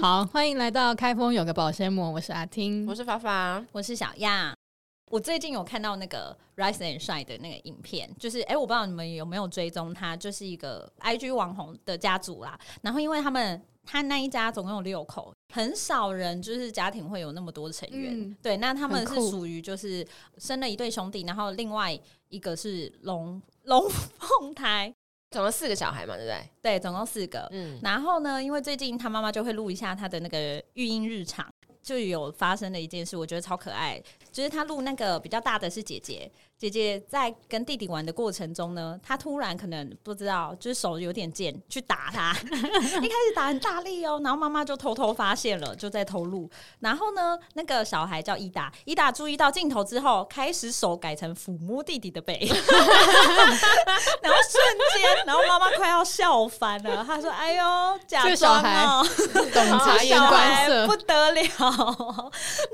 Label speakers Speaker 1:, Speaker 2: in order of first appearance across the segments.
Speaker 1: 好，欢迎来到开封有个保鲜膜，我是阿听
Speaker 2: 我。是啊法法，
Speaker 3: 我是小亚。我最近有看到那个 Rise and Shine 的那个影片，就是哎、诶我不知道你们有没有追踪他，就是一个 IG 网红的家族啦。然后因为他们他那一家总共有六口，很少人就是家庭会有那么多成员。
Speaker 1: 嗯
Speaker 3: 对，那他们
Speaker 1: 很
Speaker 3: 是
Speaker 1: 酷
Speaker 3: 属于就是生了一对兄弟，然后另外一个是龙 龙凤胎，
Speaker 2: 总共四个小孩嘛，对不 对？
Speaker 3: 对，总共四个。
Speaker 2: 嗯，
Speaker 3: 然后呢，因为最近他妈妈就会录一下他的那个育婴日常，就有发生的一件事，我觉得超可爱。就是他录那个比较大的是姐姐，姐姐在跟弟弟玩的过程中呢，她突然可能不知道，就是手有点贱，去打他， 一开始打很大力哦，然后妈妈就偷偷发现了，就在偷录。然后呢，那个小孩叫伊达，伊达注意到镜头之后，开始手改成抚摸弟弟的背， 然后瞬间，然后妈妈快要笑翻了，她说：“哎呦，假
Speaker 1: 这小
Speaker 3: 装
Speaker 1: 孩
Speaker 3: 哦。”
Speaker 1: 懂察言观色
Speaker 3: 欸不，得了。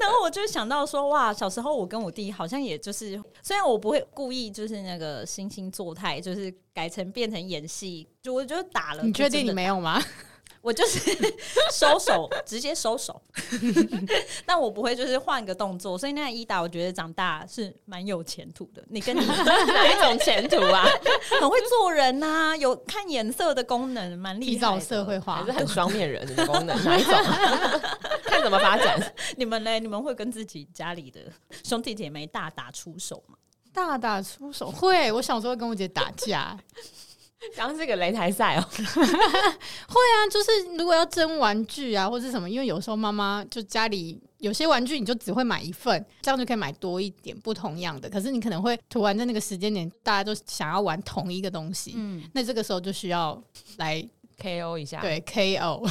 Speaker 3: 然后我就想到说，哇，小时候我跟我弟好像也就是，虽然我不会故意就是那个惺惺作态，就是改成变成演戏，就我就打了。
Speaker 1: 你确
Speaker 3: 就真
Speaker 1: 定
Speaker 3: 的
Speaker 1: 你没有吗？
Speaker 3: 我就是 收手，直接收手。 但我不会，就是换个动作。所以那个伊达，我觉得长大是蛮有前途的。你跟 你
Speaker 2: 哪一种前途啊？
Speaker 3: 很会做人呐、有看眼色的功能，蛮厉
Speaker 1: 提
Speaker 3: 害
Speaker 1: 早
Speaker 3: 的。
Speaker 1: 社会化
Speaker 2: 还是，很双面人的 功能，哪一种？看怎么发展。
Speaker 3: 你们嘞？你们会跟自己家里的兄弟姐妹大打出手吗？
Speaker 1: 大打出手会。我小时候跟我姐打 架，
Speaker 2: 刚这个擂台赛 哦，
Speaker 1: 会啊，就是如果要争玩具啊，或是什么，因为有时候妈妈就家里有些玩具，你就只会买一份，这样就可以买多一点不同样的。可是你可能会突然在那个时间点，大家都想要玩同一个东西，
Speaker 3: 嗯，
Speaker 1: 那这个时候就需要来
Speaker 2: KO 一下，，
Speaker 1: 对 KO，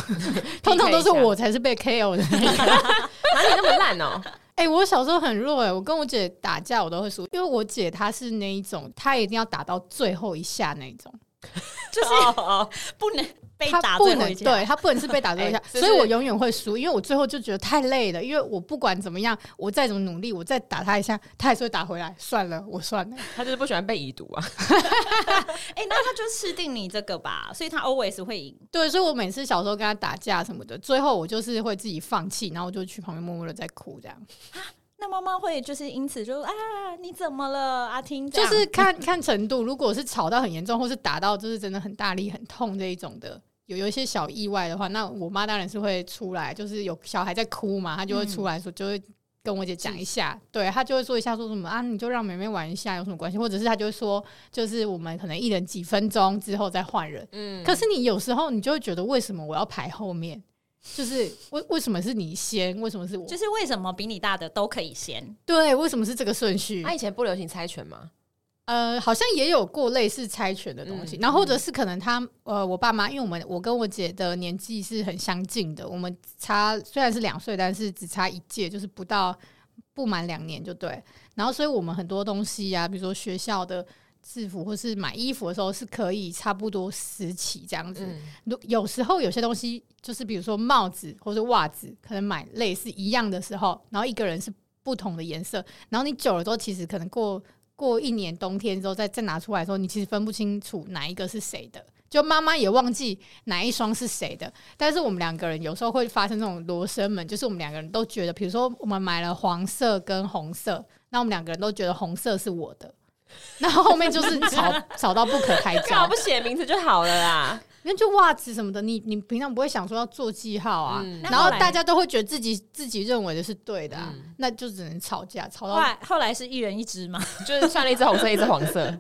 Speaker 1: 通 常都是我才是被 KO 的那个。
Speaker 2: 哪里那么烂哦？，
Speaker 1: 哎、我小时候很弱哎、我跟我姐打架我都会输，因为我姐她是那一种，她一定要打到最后一下那一种，
Speaker 3: 就是不能被
Speaker 1: 她
Speaker 3: 打
Speaker 1: 不
Speaker 3: 最后
Speaker 1: 能
Speaker 3: 一下。
Speaker 1: 对她不能是被打 最后一下
Speaker 2: 哎
Speaker 1: 所以我永远会输，因为我最后就觉得太累了，因为我不管怎么样，我再怎么努力，我再打她一下，她还是会打回来，算了，我算了，
Speaker 2: 他就是不喜欢被已读啊。
Speaker 3: 哎、那他就吃定你这个吧，所以他 always 会赢。
Speaker 1: 对，所以我每次小时候跟她打架什么的，最后我就是会自己放弃，然后我就去旁边默默的在哭，这样
Speaker 3: 那妈妈会就是因此就啊，你怎么了，阿听？这
Speaker 1: 就
Speaker 3: 样
Speaker 1: 是看 看程度，如果是吵到很严重，或是打到就是真的很大力、很痛这一种的，有有一些小意外的话，那我妈当然是会出来，就是有小孩在哭嘛，她就会
Speaker 3: 嗯
Speaker 1: 出来说，就会跟我姐讲一下，对她就会说一下说什么啊，你就让妹妹玩一下有什么关系，或者是她就会说，就是我们可能一人几分钟之后再换人。
Speaker 2: 嗯，
Speaker 1: 可是你有时候你就会觉得，为什么我要排后面？就是为为什么是你先？为什么是我？
Speaker 3: 就是为什么比你大的都可以先？
Speaker 1: 对，为什么是这个顺
Speaker 3: 啊
Speaker 1: 序？
Speaker 2: 他以前不流行猜拳吗？
Speaker 1: 呃，好像也有过类似猜拳的东西，
Speaker 2: 嗯
Speaker 1: 然后或者是可能他呃，我爸妈，因为我们我跟我姐的年纪是很相近的，我们差虽然是两岁，但是只差一届，就是不到不满两年就对。然后，所以我们很多东西啊，比如说学校的制服或是买衣服的时候，是可以差不多时起这样子。
Speaker 2: 嗯，
Speaker 1: 如有时候有些东西，就是比如说帽子或者袜子，可能买类似一样的时候，然后一个人是不同的颜色，然后你久了之后，其实可能过过一年冬天之后再再拿出来的时候，你其实分不清楚哪一个是谁的。就妈妈也忘记哪一双是谁的，但是我们两个人有时候会发生这种罗生门，就是我们两个人都觉得，比如说我们买了黄色跟红色，那我们两个人都觉得红色是我的，那后面就是吵吵到不可开交，
Speaker 2: 干嘛不写名字就好了啦？
Speaker 1: 因为就袜子什么的，你你平常不会想说要做记号啊，
Speaker 2: 嗯
Speaker 1: 然
Speaker 3: 那
Speaker 1: 后
Speaker 3: 后来
Speaker 1: 大家都会觉得自己自己认为的是对的、啊，
Speaker 2: 嗯
Speaker 1: 那就只能吵架，吵
Speaker 3: 后
Speaker 1: 到
Speaker 3: 来后来是一人一 只嘛，
Speaker 2: 就是算了一只红色，一只黄色，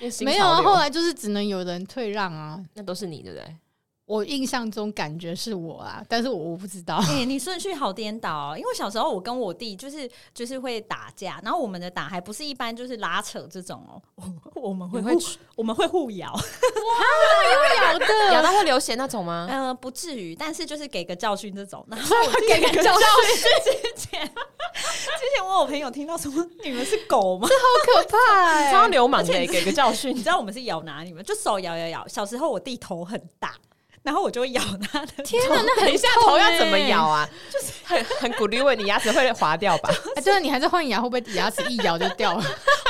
Speaker 2: 因为新
Speaker 1: 没有啊。
Speaker 2: 潮流
Speaker 1: 后来就是只能有人退让啊。
Speaker 2: 那都是你，对不对？
Speaker 1: 我印象中感觉是我啊，但是我我不知道。
Speaker 3: 哎、你顺序好颠倒、哦，因为小时候我跟我弟就是就是会打架，然后我们的打还不是一般就是拉扯这种哦， 我我们会
Speaker 2: 你
Speaker 3: 互
Speaker 2: 会
Speaker 3: 我们会互咬，
Speaker 1: 咬
Speaker 2: 咬
Speaker 1: 的，
Speaker 2: 到会啊流血那种 吗？
Speaker 1: 嗯
Speaker 3: 呃，不至于，但是就是给个教训这种。然后我之前
Speaker 1: 给个教
Speaker 3: 之前之前我有朋友听到说你们是狗吗？
Speaker 1: 好可怕 哎、
Speaker 2: 超流氓的，
Speaker 3: 而且
Speaker 2: 给个教训
Speaker 3: 你。知道我们是咬拿你们，就手咬咬咬。小时候我弟头很大，然后我就会咬他的。
Speaker 1: 天哪，那
Speaker 2: 等
Speaker 1: 很
Speaker 2: 一下
Speaker 1: 痛
Speaker 2: 头要
Speaker 1: 欸
Speaker 2: 怎么咬？啊？就是很很鼓励问你牙齿会滑掉吧？
Speaker 1: 啊 哎，真的，你还是换牙，会不会牙齿一咬就掉了？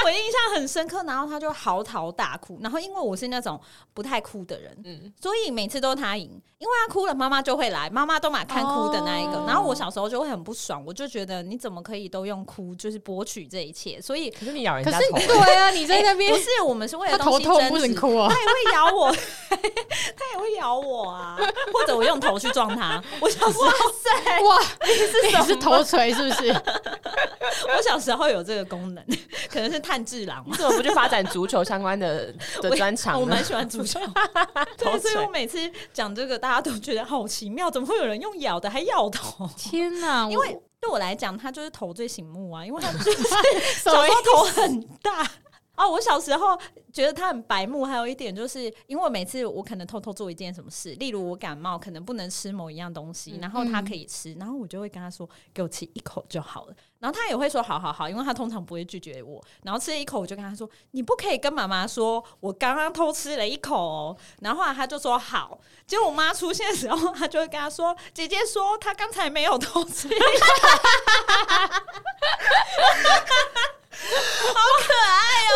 Speaker 3: 我印象很深刻，然后他就嚎啕大哭，然后因为我是那种不太哭的人，
Speaker 2: 嗯，
Speaker 3: 所以每次都他赢，因为他哭了，妈妈就会来，妈妈都蛮看哭的那一个。
Speaker 1: 哦
Speaker 3: 然后我小时候就会很不爽，我就觉得你怎么可以都用哭就是博取这一切？所以 哎
Speaker 2: 可是你咬人
Speaker 1: 可
Speaker 2: 家
Speaker 1: 是
Speaker 2: 头，欸
Speaker 1: 对啊，你在那边
Speaker 3: 不是我们是为
Speaker 1: 他
Speaker 3: 了
Speaker 1: 头
Speaker 3: 东西
Speaker 1: 痛
Speaker 3: 争
Speaker 1: 哎不能
Speaker 3: 执，
Speaker 1: 哭啊
Speaker 3: 他，也会咬我， 他也会咬我啊，或者我用头去撞他。我小时候，
Speaker 1: 哇，
Speaker 3: 是什
Speaker 1: 你
Speaker 3: 么
Speaker 1: 是头锤是不是？
Speaker 3: 我小时候有这个功能，可能是炭治郎
Speaker 2: 你。怎么不去发展足球相关 的的
Speaker 3: 我
Speaker 2: 专场
Speaker 3: 我
Speaker 2: 呢
Speaker 3: 蛮？喜欢足球，
Speaker 2: 头
Speaker 3: 对，所以
Speaker 2: 锤
Speaker 3: 我每次讲这个，大家都觉得好奇妙，怎么会有人用咬的还咬头？
Speaker 1: 天哪，
Speaker 3: 因
Speaker 1: 我
Speaker 3: 为对我来讲，他就是头最醒目啊，因为他就是
Speaker 1: 什
Speaker 3: 小
Speaker 1: 么
Speaker 3: 时候头很大。 哦，我小时候觉得他很白目，还有一点就是因为每次我可能偷偷做一件什么事，例如我感冒，可能不能吃某一样东西，
Speaker 2: 嗯
Speaker 3: 然后他可以吃，然后我就会跟他说给我吃一口就好了，然后他也会说好好好，因为他通常不会拒绝我，然后吃了一口我就跟他说你不可以跟妈妈说我刚刚偷吃了一口、哦，然后后来他就说好，结果我妈出现的时候，他就会跟他说姐姐说她刚才没有偷吃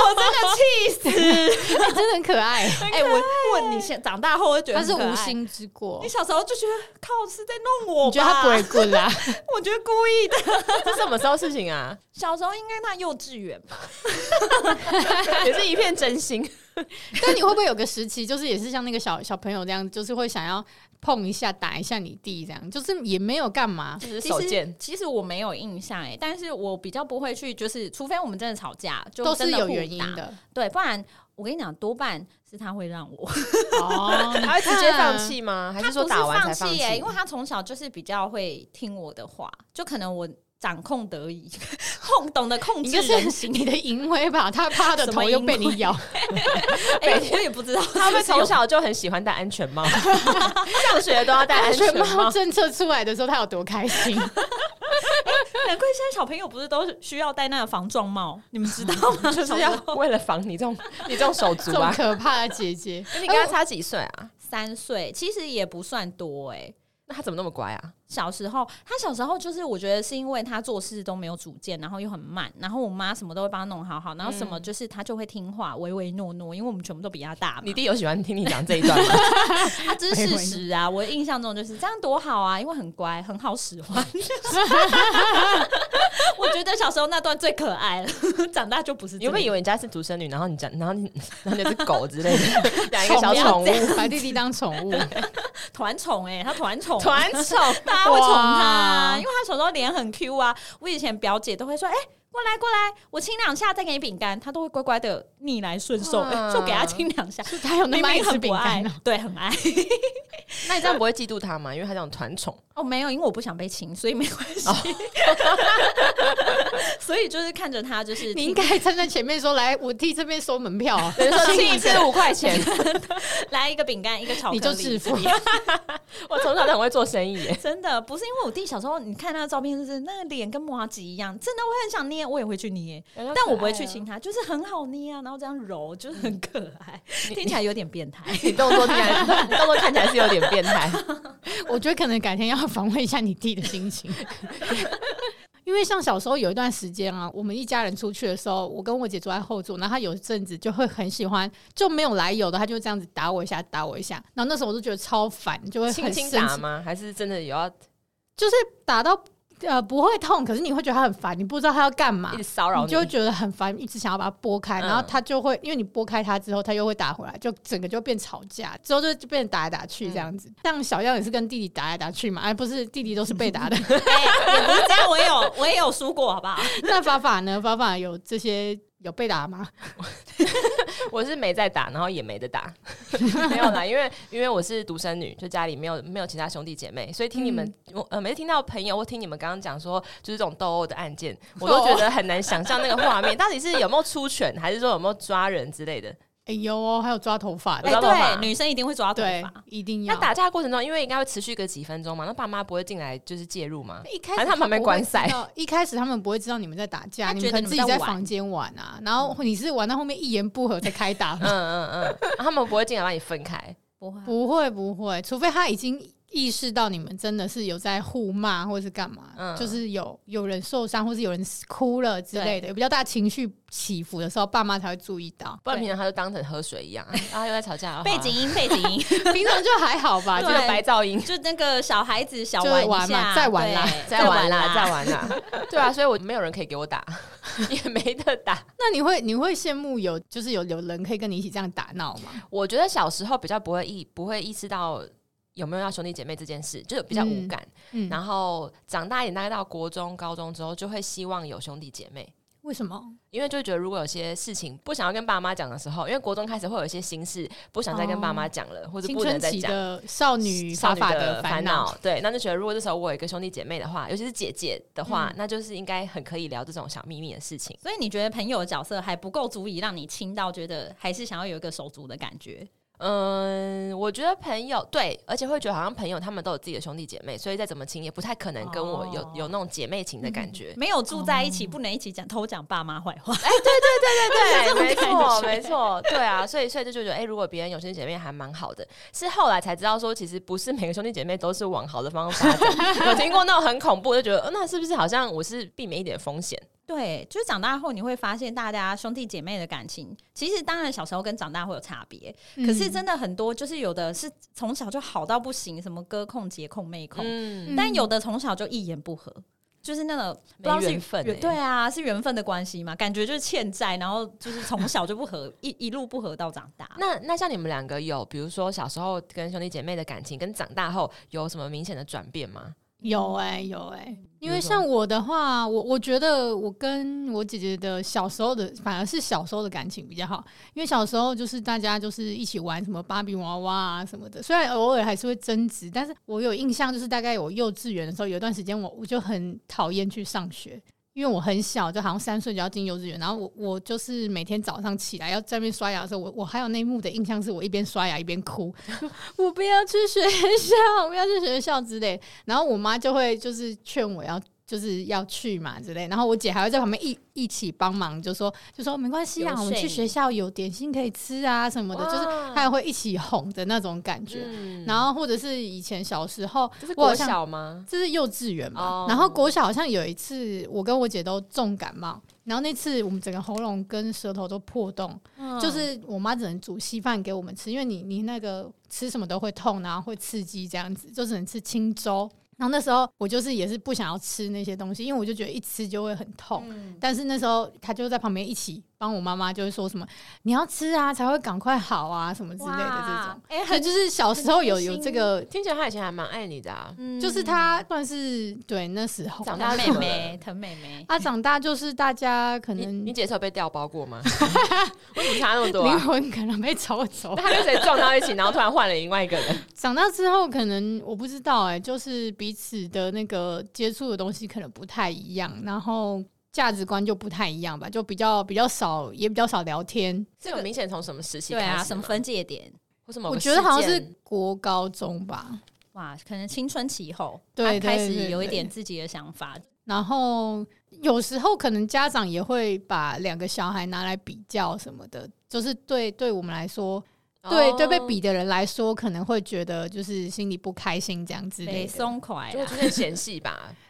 Speaker 3: 我真的气死！
Speaker 1: 哎 真的很可爱，
Speaker 3: 哎、我我你现长大后会觉得
Speaker 1: 他
Speaker 3: 很
Speaker 1: 是
Speaker 3: 可爱
Speaker 1: 无。心之过
Speaker 3: 你。小时候就觉得靠是在弄我吧？
Speaker 1: 你觉得他不会滚啊啦？
Speaker 3: 我觉得故意的。
Speaker 2: 这什么时候事情 啊？
Speaker 3: 小时候应该那幼稚园 吧？
Speaker 2: 也是一片真心，
Speaker 1: 但你会不会有个时期，就是也是像那个小小朋友那样，就是会想要碰一下、打一下你弟这样，就是也没有干嘛
Speaker 2: 就。是
Speaker 3: 其
Speaker 2: 手
Speaker 3: 实
Speaker 2: 贱。
Speaker 3: 其实我没有印象哎、但是我比较不会去，就是除非我们真的吵架，就
Speaker 1: 都
Speaker 3: 真
Speaker 1: 是
Speaker 3: 的
Speaker 1: 有
Speaker 3: 互
Speaker 1: 原因
Speaker 3: 打，
Speaker 1: 的
Speaker 3: 对，不然我 跟你讲，多半是他会让我，
Speaker 1: 哦，
Speaker 2: 他会直接放弃 吗？还
Speaker 3: 他
Speaker 2: 是说
Speaker 3: 不
Speaker 2: 打完才
Speaker 3: 放
Speaker 2: 放欸
Speaker 3: 耶、因为他从小就是比较会听我的话，就可能我掌控得宜， 控懂得控
Speaker 1: 你
Speaker 3: 制
Speaker 1: 就
Speaker 3: 人
Speaker 1: 是
Speaker 3: 心。
Speaker 1: 你的淫威吧，他怕他的
Speaker 3: 什
Speaker 1: 头
Speaker 3: 么
Speaker 1: 又
Speaker 3: 淫
Speaker 1: 被你
Speaker 3: 威
Speaker 1: 咬，
Speaker 3: 哎、我也不知道
Speaker 2: 他
Speaker 3: 他
Speaker 2: 们
Speaker 3: 们
Speaker 2: 从小就很喜欢戴安全 帽，上学都要戴安全
Speaker 1: 帽
Speaker 2: 帽。
Speaker 1: 政策出来的时候，他有多开 心？
Speaker 3: 难怪现在小朋友不是都需要戴那个防撞帽，你们知道 吗？
Speaker 2: 就是要为了防你这种你这种手
Speaker 1: 这
Speaker 2: 足
Speaker 1: 种
Speaker 2: 啊！
Speaker 1: 可怕的姐姐，
Speaker 2: 你跟他差几岁啊？
Speaker 3: 三岁，其实也不算多哎、
Speaker 2: 那他怎么那么乖啊？
Speaker 3: 小时候，他小时候就是我觉得是因为他做事都没有主见，然后又很慢，然后我妈什么都会帮他弄好好，然后什么
Speaker 2: 嗯
Speaker 3: 就是他就会听话，唯唯诺诺，因为我们全部都比他大嘛
Speaker 2: 你。弟有喜欢听你讲这一段吗？
Speaker 3: 他这是事实啊，我印象中就是这样多好啊，因为很乖，很好 使唤。我觉得小时候那段最可爱了， 长大就不是这
Speaker 2: 你会不
Speaker 3: 样。
Speaker 2: 会以为你家是独生女，然后你讲，然后你然后你就是狗之类的，养一个小宠物，
Speaker 1: 把弟弟当宠物，
Speaker 3: 团宠哎，他 团宠
Speaker 2: 团宠，
Speaker 3: 大家会宠他
Speaker 1: 哇
Speaker 3: 啊，因为他小时候脸很 Q 啊。我以前表姐都会说：“哎、过来过来，我亲两下再给你饼干。”他都会乖乖的逆来顺受，哎
Speaker 2: 哇
Speaker 3: 就给他亲两下。
Speaker 1: 他有那
Speaker 3: 明
Speaker 1: 么爱
Speaker 3: 明
Speaker 1: 吃
Speaker 3: 很不
Speaker 1: 饼
Speaker 3: 爱
Speaker 1: 干哦，，
Speaker 3: 对，很爱。
Speaker 2: 那你这样不会嫉妒他吗？因为他这种团宠，
Speaker 3: 哦，没有，因为我不想被亲，所以没关系。 所以就是看着他，就是
Speaker 1: 你应该站在前面说：“来，我替这边收门票啊。
Speaker 2: 比如 说亲一次五块钱，
Speaker 3: 来一个饼干，一个巧克力，
Speaker 1: 你就致富
Speaker 2: 我从小就很会做生意耶。
Speaker 3: 真的不是因为我弟小时候，你看他的照片，就是那个脸跟麻吉一样，真的我很想捏，我也会去捏，
Speaker 2: 但
Speaker 3: 但我不会去亲，他，就是很好捏啊，然后这样揉，就是很可爱，听起来有点变态。
Speaker 2: 你动作听起来，你动作看起来是有点变态。”
Speaker 1: 我觉得可能改天要访问一下你弟的心 情。因为像小时候有一段时间啊，我们一家人出去的时候，我跟我姐坐在后座，然后她有一阵子就会很喜欢，就没有来由的，她就这样子打我一下，打我一下。然后那时候我就觉得超烦，就会
Speaker 2: 轻
Speaker 1: 很
Speaker 2: 轻
Speaker 1: 生
Speaker 2: 打
Speaker 1: 气
Speaker 2: 吗？还是真的有要
Speaker 1: 就是打到呃不会痛，可是你会觉得它很烦，你不知道它要干嘛
Speaker 2: 一直，骚扰
Speaker 1: 啊你
Speaker 2: 你？
Speaker 1: 就会觉得很烦，一直想要把它拨开，
Speaker 2: 嗯
Speaker 1: 然后它就会因为你拨开它之后，它又会打回来，就整个就变吵架，之后就就变成打来打去这样子。像小样也是跟弟弟打来打去嘛，哎，不是弟弟都是被打的。
Speaker 3: 哎，也不是这样，我也有我也有输过，好不好？
Speaker 1: 那法法呢？法法有这些有被打吗？
Speaker 2: 我是没在打，然后也没得打， 没有啦，因为因为我是独生女，就家里没有没有其他兄弟姐妹，所以听你们，
Speaker 3: 嗯
Speaker 2: 我呃每次听到朋友或听你们刚刚讲说，就是这种斗殴的案 件，我都觉得很难想象那个画面，到底是有没有出拳，还是说有没有抓人之类的？
Speaker 1: 哎有哦，还有抓头发
Speaker 2: 我
Speaker 1: 的
Speaker 2: 知，抓道头发
Speaker 3: 对，女生一定会抓头
Speaker 1: 对
Speaker 3: 发。，
Speaker 1: 一定
Speaker 2: 那
Speaker 1: 要。
Speaker 2: 打架的过程中，因为应该会持续个几分钟嘛，那爸妈不会进来就是介入吗？
Speaker 1: 一开始
Speaker 2: 还是他们没
Speaker 1: 不会
Speaker 2: 观赛
Speaker 1: 知道，一开始他们不会知道你们在打架，
Speaker 3: 他
Speaker 1: 你们
Speaker 3: 觉得
Speaker 1: 可能
Speaker 3: 你们
Speaker 1: 自己
Speaker 3: 在
Speaker 1: 在
Speaker 3: 玩
Speaker 1: 房间玩啊，然后你是玩到后面一言不合才开打吗
Speaker 2: 嗯嗯嗯嗯，他们不会进来把你分开。
Speaker 3: 不会啊，
Speaker 1: 不会不会，除非他已经意识到你们真的是有在互骂或是干嘛，
Speaker 2: 嗯。
Speaker 1: 就是有有人受伤或是有人哭了之类的，有比较大情绪起伏的时候，爸妈才会注意到
Speaker 2: 不然平常他就当成喝水 一样，啊又在吵架，
Speaker 3: 背景音，背景音，
Speaker 1: 平常就还好吧，
Speaker 2: 这
Speaker 1: 就
Speaker 2: 个
Speaker 3: 对
Speaker 2: 白噪音。
Speaker 3: 就那个小孩子小
Speaker 1: 就是
Speaker 3: 玩一
Speaker 1: 玩嘛
Speaker 3: 下，
Speaker 1: 再玩啦
Speaker 3: 对
Speaker 2: 再玩啦，再
Speaker 3: 再
Speaker 2: 玩啦， 对啊，所以我没有人可以给我打， 也没得打。
Speaker 1: 那你会你会羡慕有就是有有人可以跟你一起这样打闹吗？
Speaker 2: 我觉得小时候比较不会意不会意识到有没有要兄弟姐妹这件事，就是比较无感。
Speaker 1: 嗯，
Speaker 2: 然后长大一点，大概到国中、高中之后，就会希望有兄弟姐妹。
Speaker 1: 为什么？
Speaker 2: 因为就会觉得，如果有些事情不想要跟爸妈讲的时候，因为国中开始会有一些心事不想再跟爸妈讲了，或者
Speaker 1: 青
Speaker 2: 不能
Speaker 1: 春
Speaker 2: 再
Speaker 1: 期
Speaker 2: 讲。
Speaker 1: 的少女法
Speaker 2: 少女
Speaker 1: 法
Speaker 2: 的
Speaker 1: 烦
Speaker 2: 烦恼，，对，那就觉得如果这时候我有一个兄弟姐妹的话，尤其是姐姐的话，那就是应该很可以聊这种小秘密的事情。
Speaker 3: 所以你觉得朋友的角色还不够足以让你亲到觉得还是想要有一个手足的感觉？
Speaker 2: 嗯，我觉得朋友对，而且会觉得好像朋友他们都有自己的兄弟姐妹，所以再怎么亲也不太可能跟我有、
Speaker 3: 哦嗯
Speaker 2: 有那种姐妹情的感 觉。
Speaker 3: 没有住在一起，不能一起讲偷讲爸妈坏话。
Speaker 2: 对，没
Speaker 3: 这种感
Speaker 2: 错，
Speaker 3: 觉
Speaker 2: 没错，对啊，所以所以就觉得，哎、如果别人有兄弟姐妹还蛮好的，是后来才知道说，其实不是每个兄弟姐妹都是往好的方向发展。有听过那种很恐怖，就觉得、呃那是不是好像我是避免一点风险？
Speaker 3: 对，就是长大后你会发现，大家兄弟姐妹的感情，其实当然小时候跟长大会有差别，
Speaker 1: 嗯
Speaker 3: 可是真的很多，就是有的是从小就好到不行，什么哥控、姐控、妹控，
Speaker 2: 嗯，
Speaker 3: 但有的从小就一言不合。就是那种不知道
Speaker 2: 没
Speaker 3: 是
Speaker 2: 缘分、欸，
Speaker 3: 对啊，是缘分的关系嘛，感觉就是欠债，然后就是从小就不和，一一路不和到长大。
Speaker 2: 那那像你们两个有，比如说小时候跟兄弟姐妹的感情，跟长大后有什么明显的转变吗？
Speaker 1: 有哎、有哎、因
Speaker 2: 有
Speaker 1: 为
Speaker 2: 什
Speaker 1: 像我的话，我我觉得我跟我姐姐的小时候的，反而是小时候的感情比较好，因为小时候就是大家就是一起玩什么芭比娃娃啊什么的，虽然偶尔还是会争执，但是我有印象就是大概我幼稚园的时候，有一段时间我我就很讨厌去上学。因为我很小，就好像三岁就要进幼稚园，然后我我就是每天早上起来要在那边刷牙的时候，我我还有那一幕的印象是我一边刷牙一边哭，我不要去学校，我不要去学校之类。然后我妈就会就是劝我要。就是要去嘛之类，然后我姐还会在旁边一一起帮忙，就说就说没关系啊，
Speaker 3: 游说
Speaker 1: 我们去
Speaker 3: 你
Speaker 1: 学校有点心可以吃啊什么的，就是
Speaker 2: 哇
Speaker 1: 她也会一起哄的那种感觉。
Speaker 2: 嗯
Speaker 1: 然后或者是以前小时候，
Speaker 2: 这是
Speaker 1: 我
Speaker 2: 国
Speaker 1: 好像
Speaker 2: 小吗？
Speaker 1: 这是幼稚园嘛
Speaker 2: 哦
Speaker 1: 然后国小好像有一次，我跟我姐都重感冒，然后那次我们整个喉咙跟舌头都破洞，
Speaker 3: 嗯
Speaker 1: 就是我妈只能煮稀饭给我们吃，因为你你那个吃什么都会痛，然后会刺激这样子，就只能吃清粥。然后那时候我就是也是不想要吃那些东西，因为我就觉得一吃就会很痛。
Speaker 3: 嗯
Speaker 1: 但是那时候她就在旁边一起帮我妈妈，就会说什么你要吃啊才会赶快好啊什么之类的这种。所
Speaker 3: 哎、
Speaker 1: 以
Speaker 3: 很
Speaker 1: 就是小时候有
Speaker 3: 很贴
Speaker 1: 有
Speaker 3: 心
Speaker 1: 这个，
Speaker 2: 听起来他以前还蛮爱你的、啊，
Speaker 3: 嗯
Speaker 1: 就是她算是对那时候
Speaker 2: 长大
Speaker 3: 疼
Speaker 2: 了
Speaker 3: 妹 妹，疼妹妹，
Speaker 1: 啊，长大就是大家可
Speaker 2: 你
Speaker 1: 能
Speaker 2: 你姐是有被调包 过吗？为什么差那么多、
Speaker 1: 灵
Speaker 2: 啊？
Speaker 1: 魂可能被抽走
Speaker 2: 那。他跟谁撞到一起，然后突然换了另外一个人？
Speaker 1: 长大之后，可能我不知道哎、就是彼此的那个接触的东西可能不太一样，然后价值观就不太一样吧，就比较比较少，也比较少聊天。
Speaker 2: 这个明显从什么时期
Speaker 3: 对
Speaker 2: 开
Speaker 3: 啊，
Speaker 2: 始
Speaker 3: 什么
Speaker 2: 吗
Speaker 3: 分界点？
Speaker 2: 或什么？
Speaker 1: 我觉得好像是国高中吧，
Speaker 3: 哇，可能青春期后，
Speaker 1: 对
Speaker 3: 她开
Speaker 1: 对
Speaker 3: 始
Speaker 1: 对
Speaker 3: 有一
Speaker 1: 对
Speaker 3: 点自己的想法，
Speaker 1: 然后有时候可能家长也会把两个小孩拿来比较什么的，就是对对我们来说，
Speaker 2: 哦
Speaker 1: 对对被比的人来说，可能会觉得就是心里不开心这样之类
Speaker 3: 没
Speaker 1: 的。
Speaker 3: 松快啊
Speaker 2: 就会
Speaker 3: 啦
Speaker 2: 出。现嫌隙吧。
Speaker 1: 对啊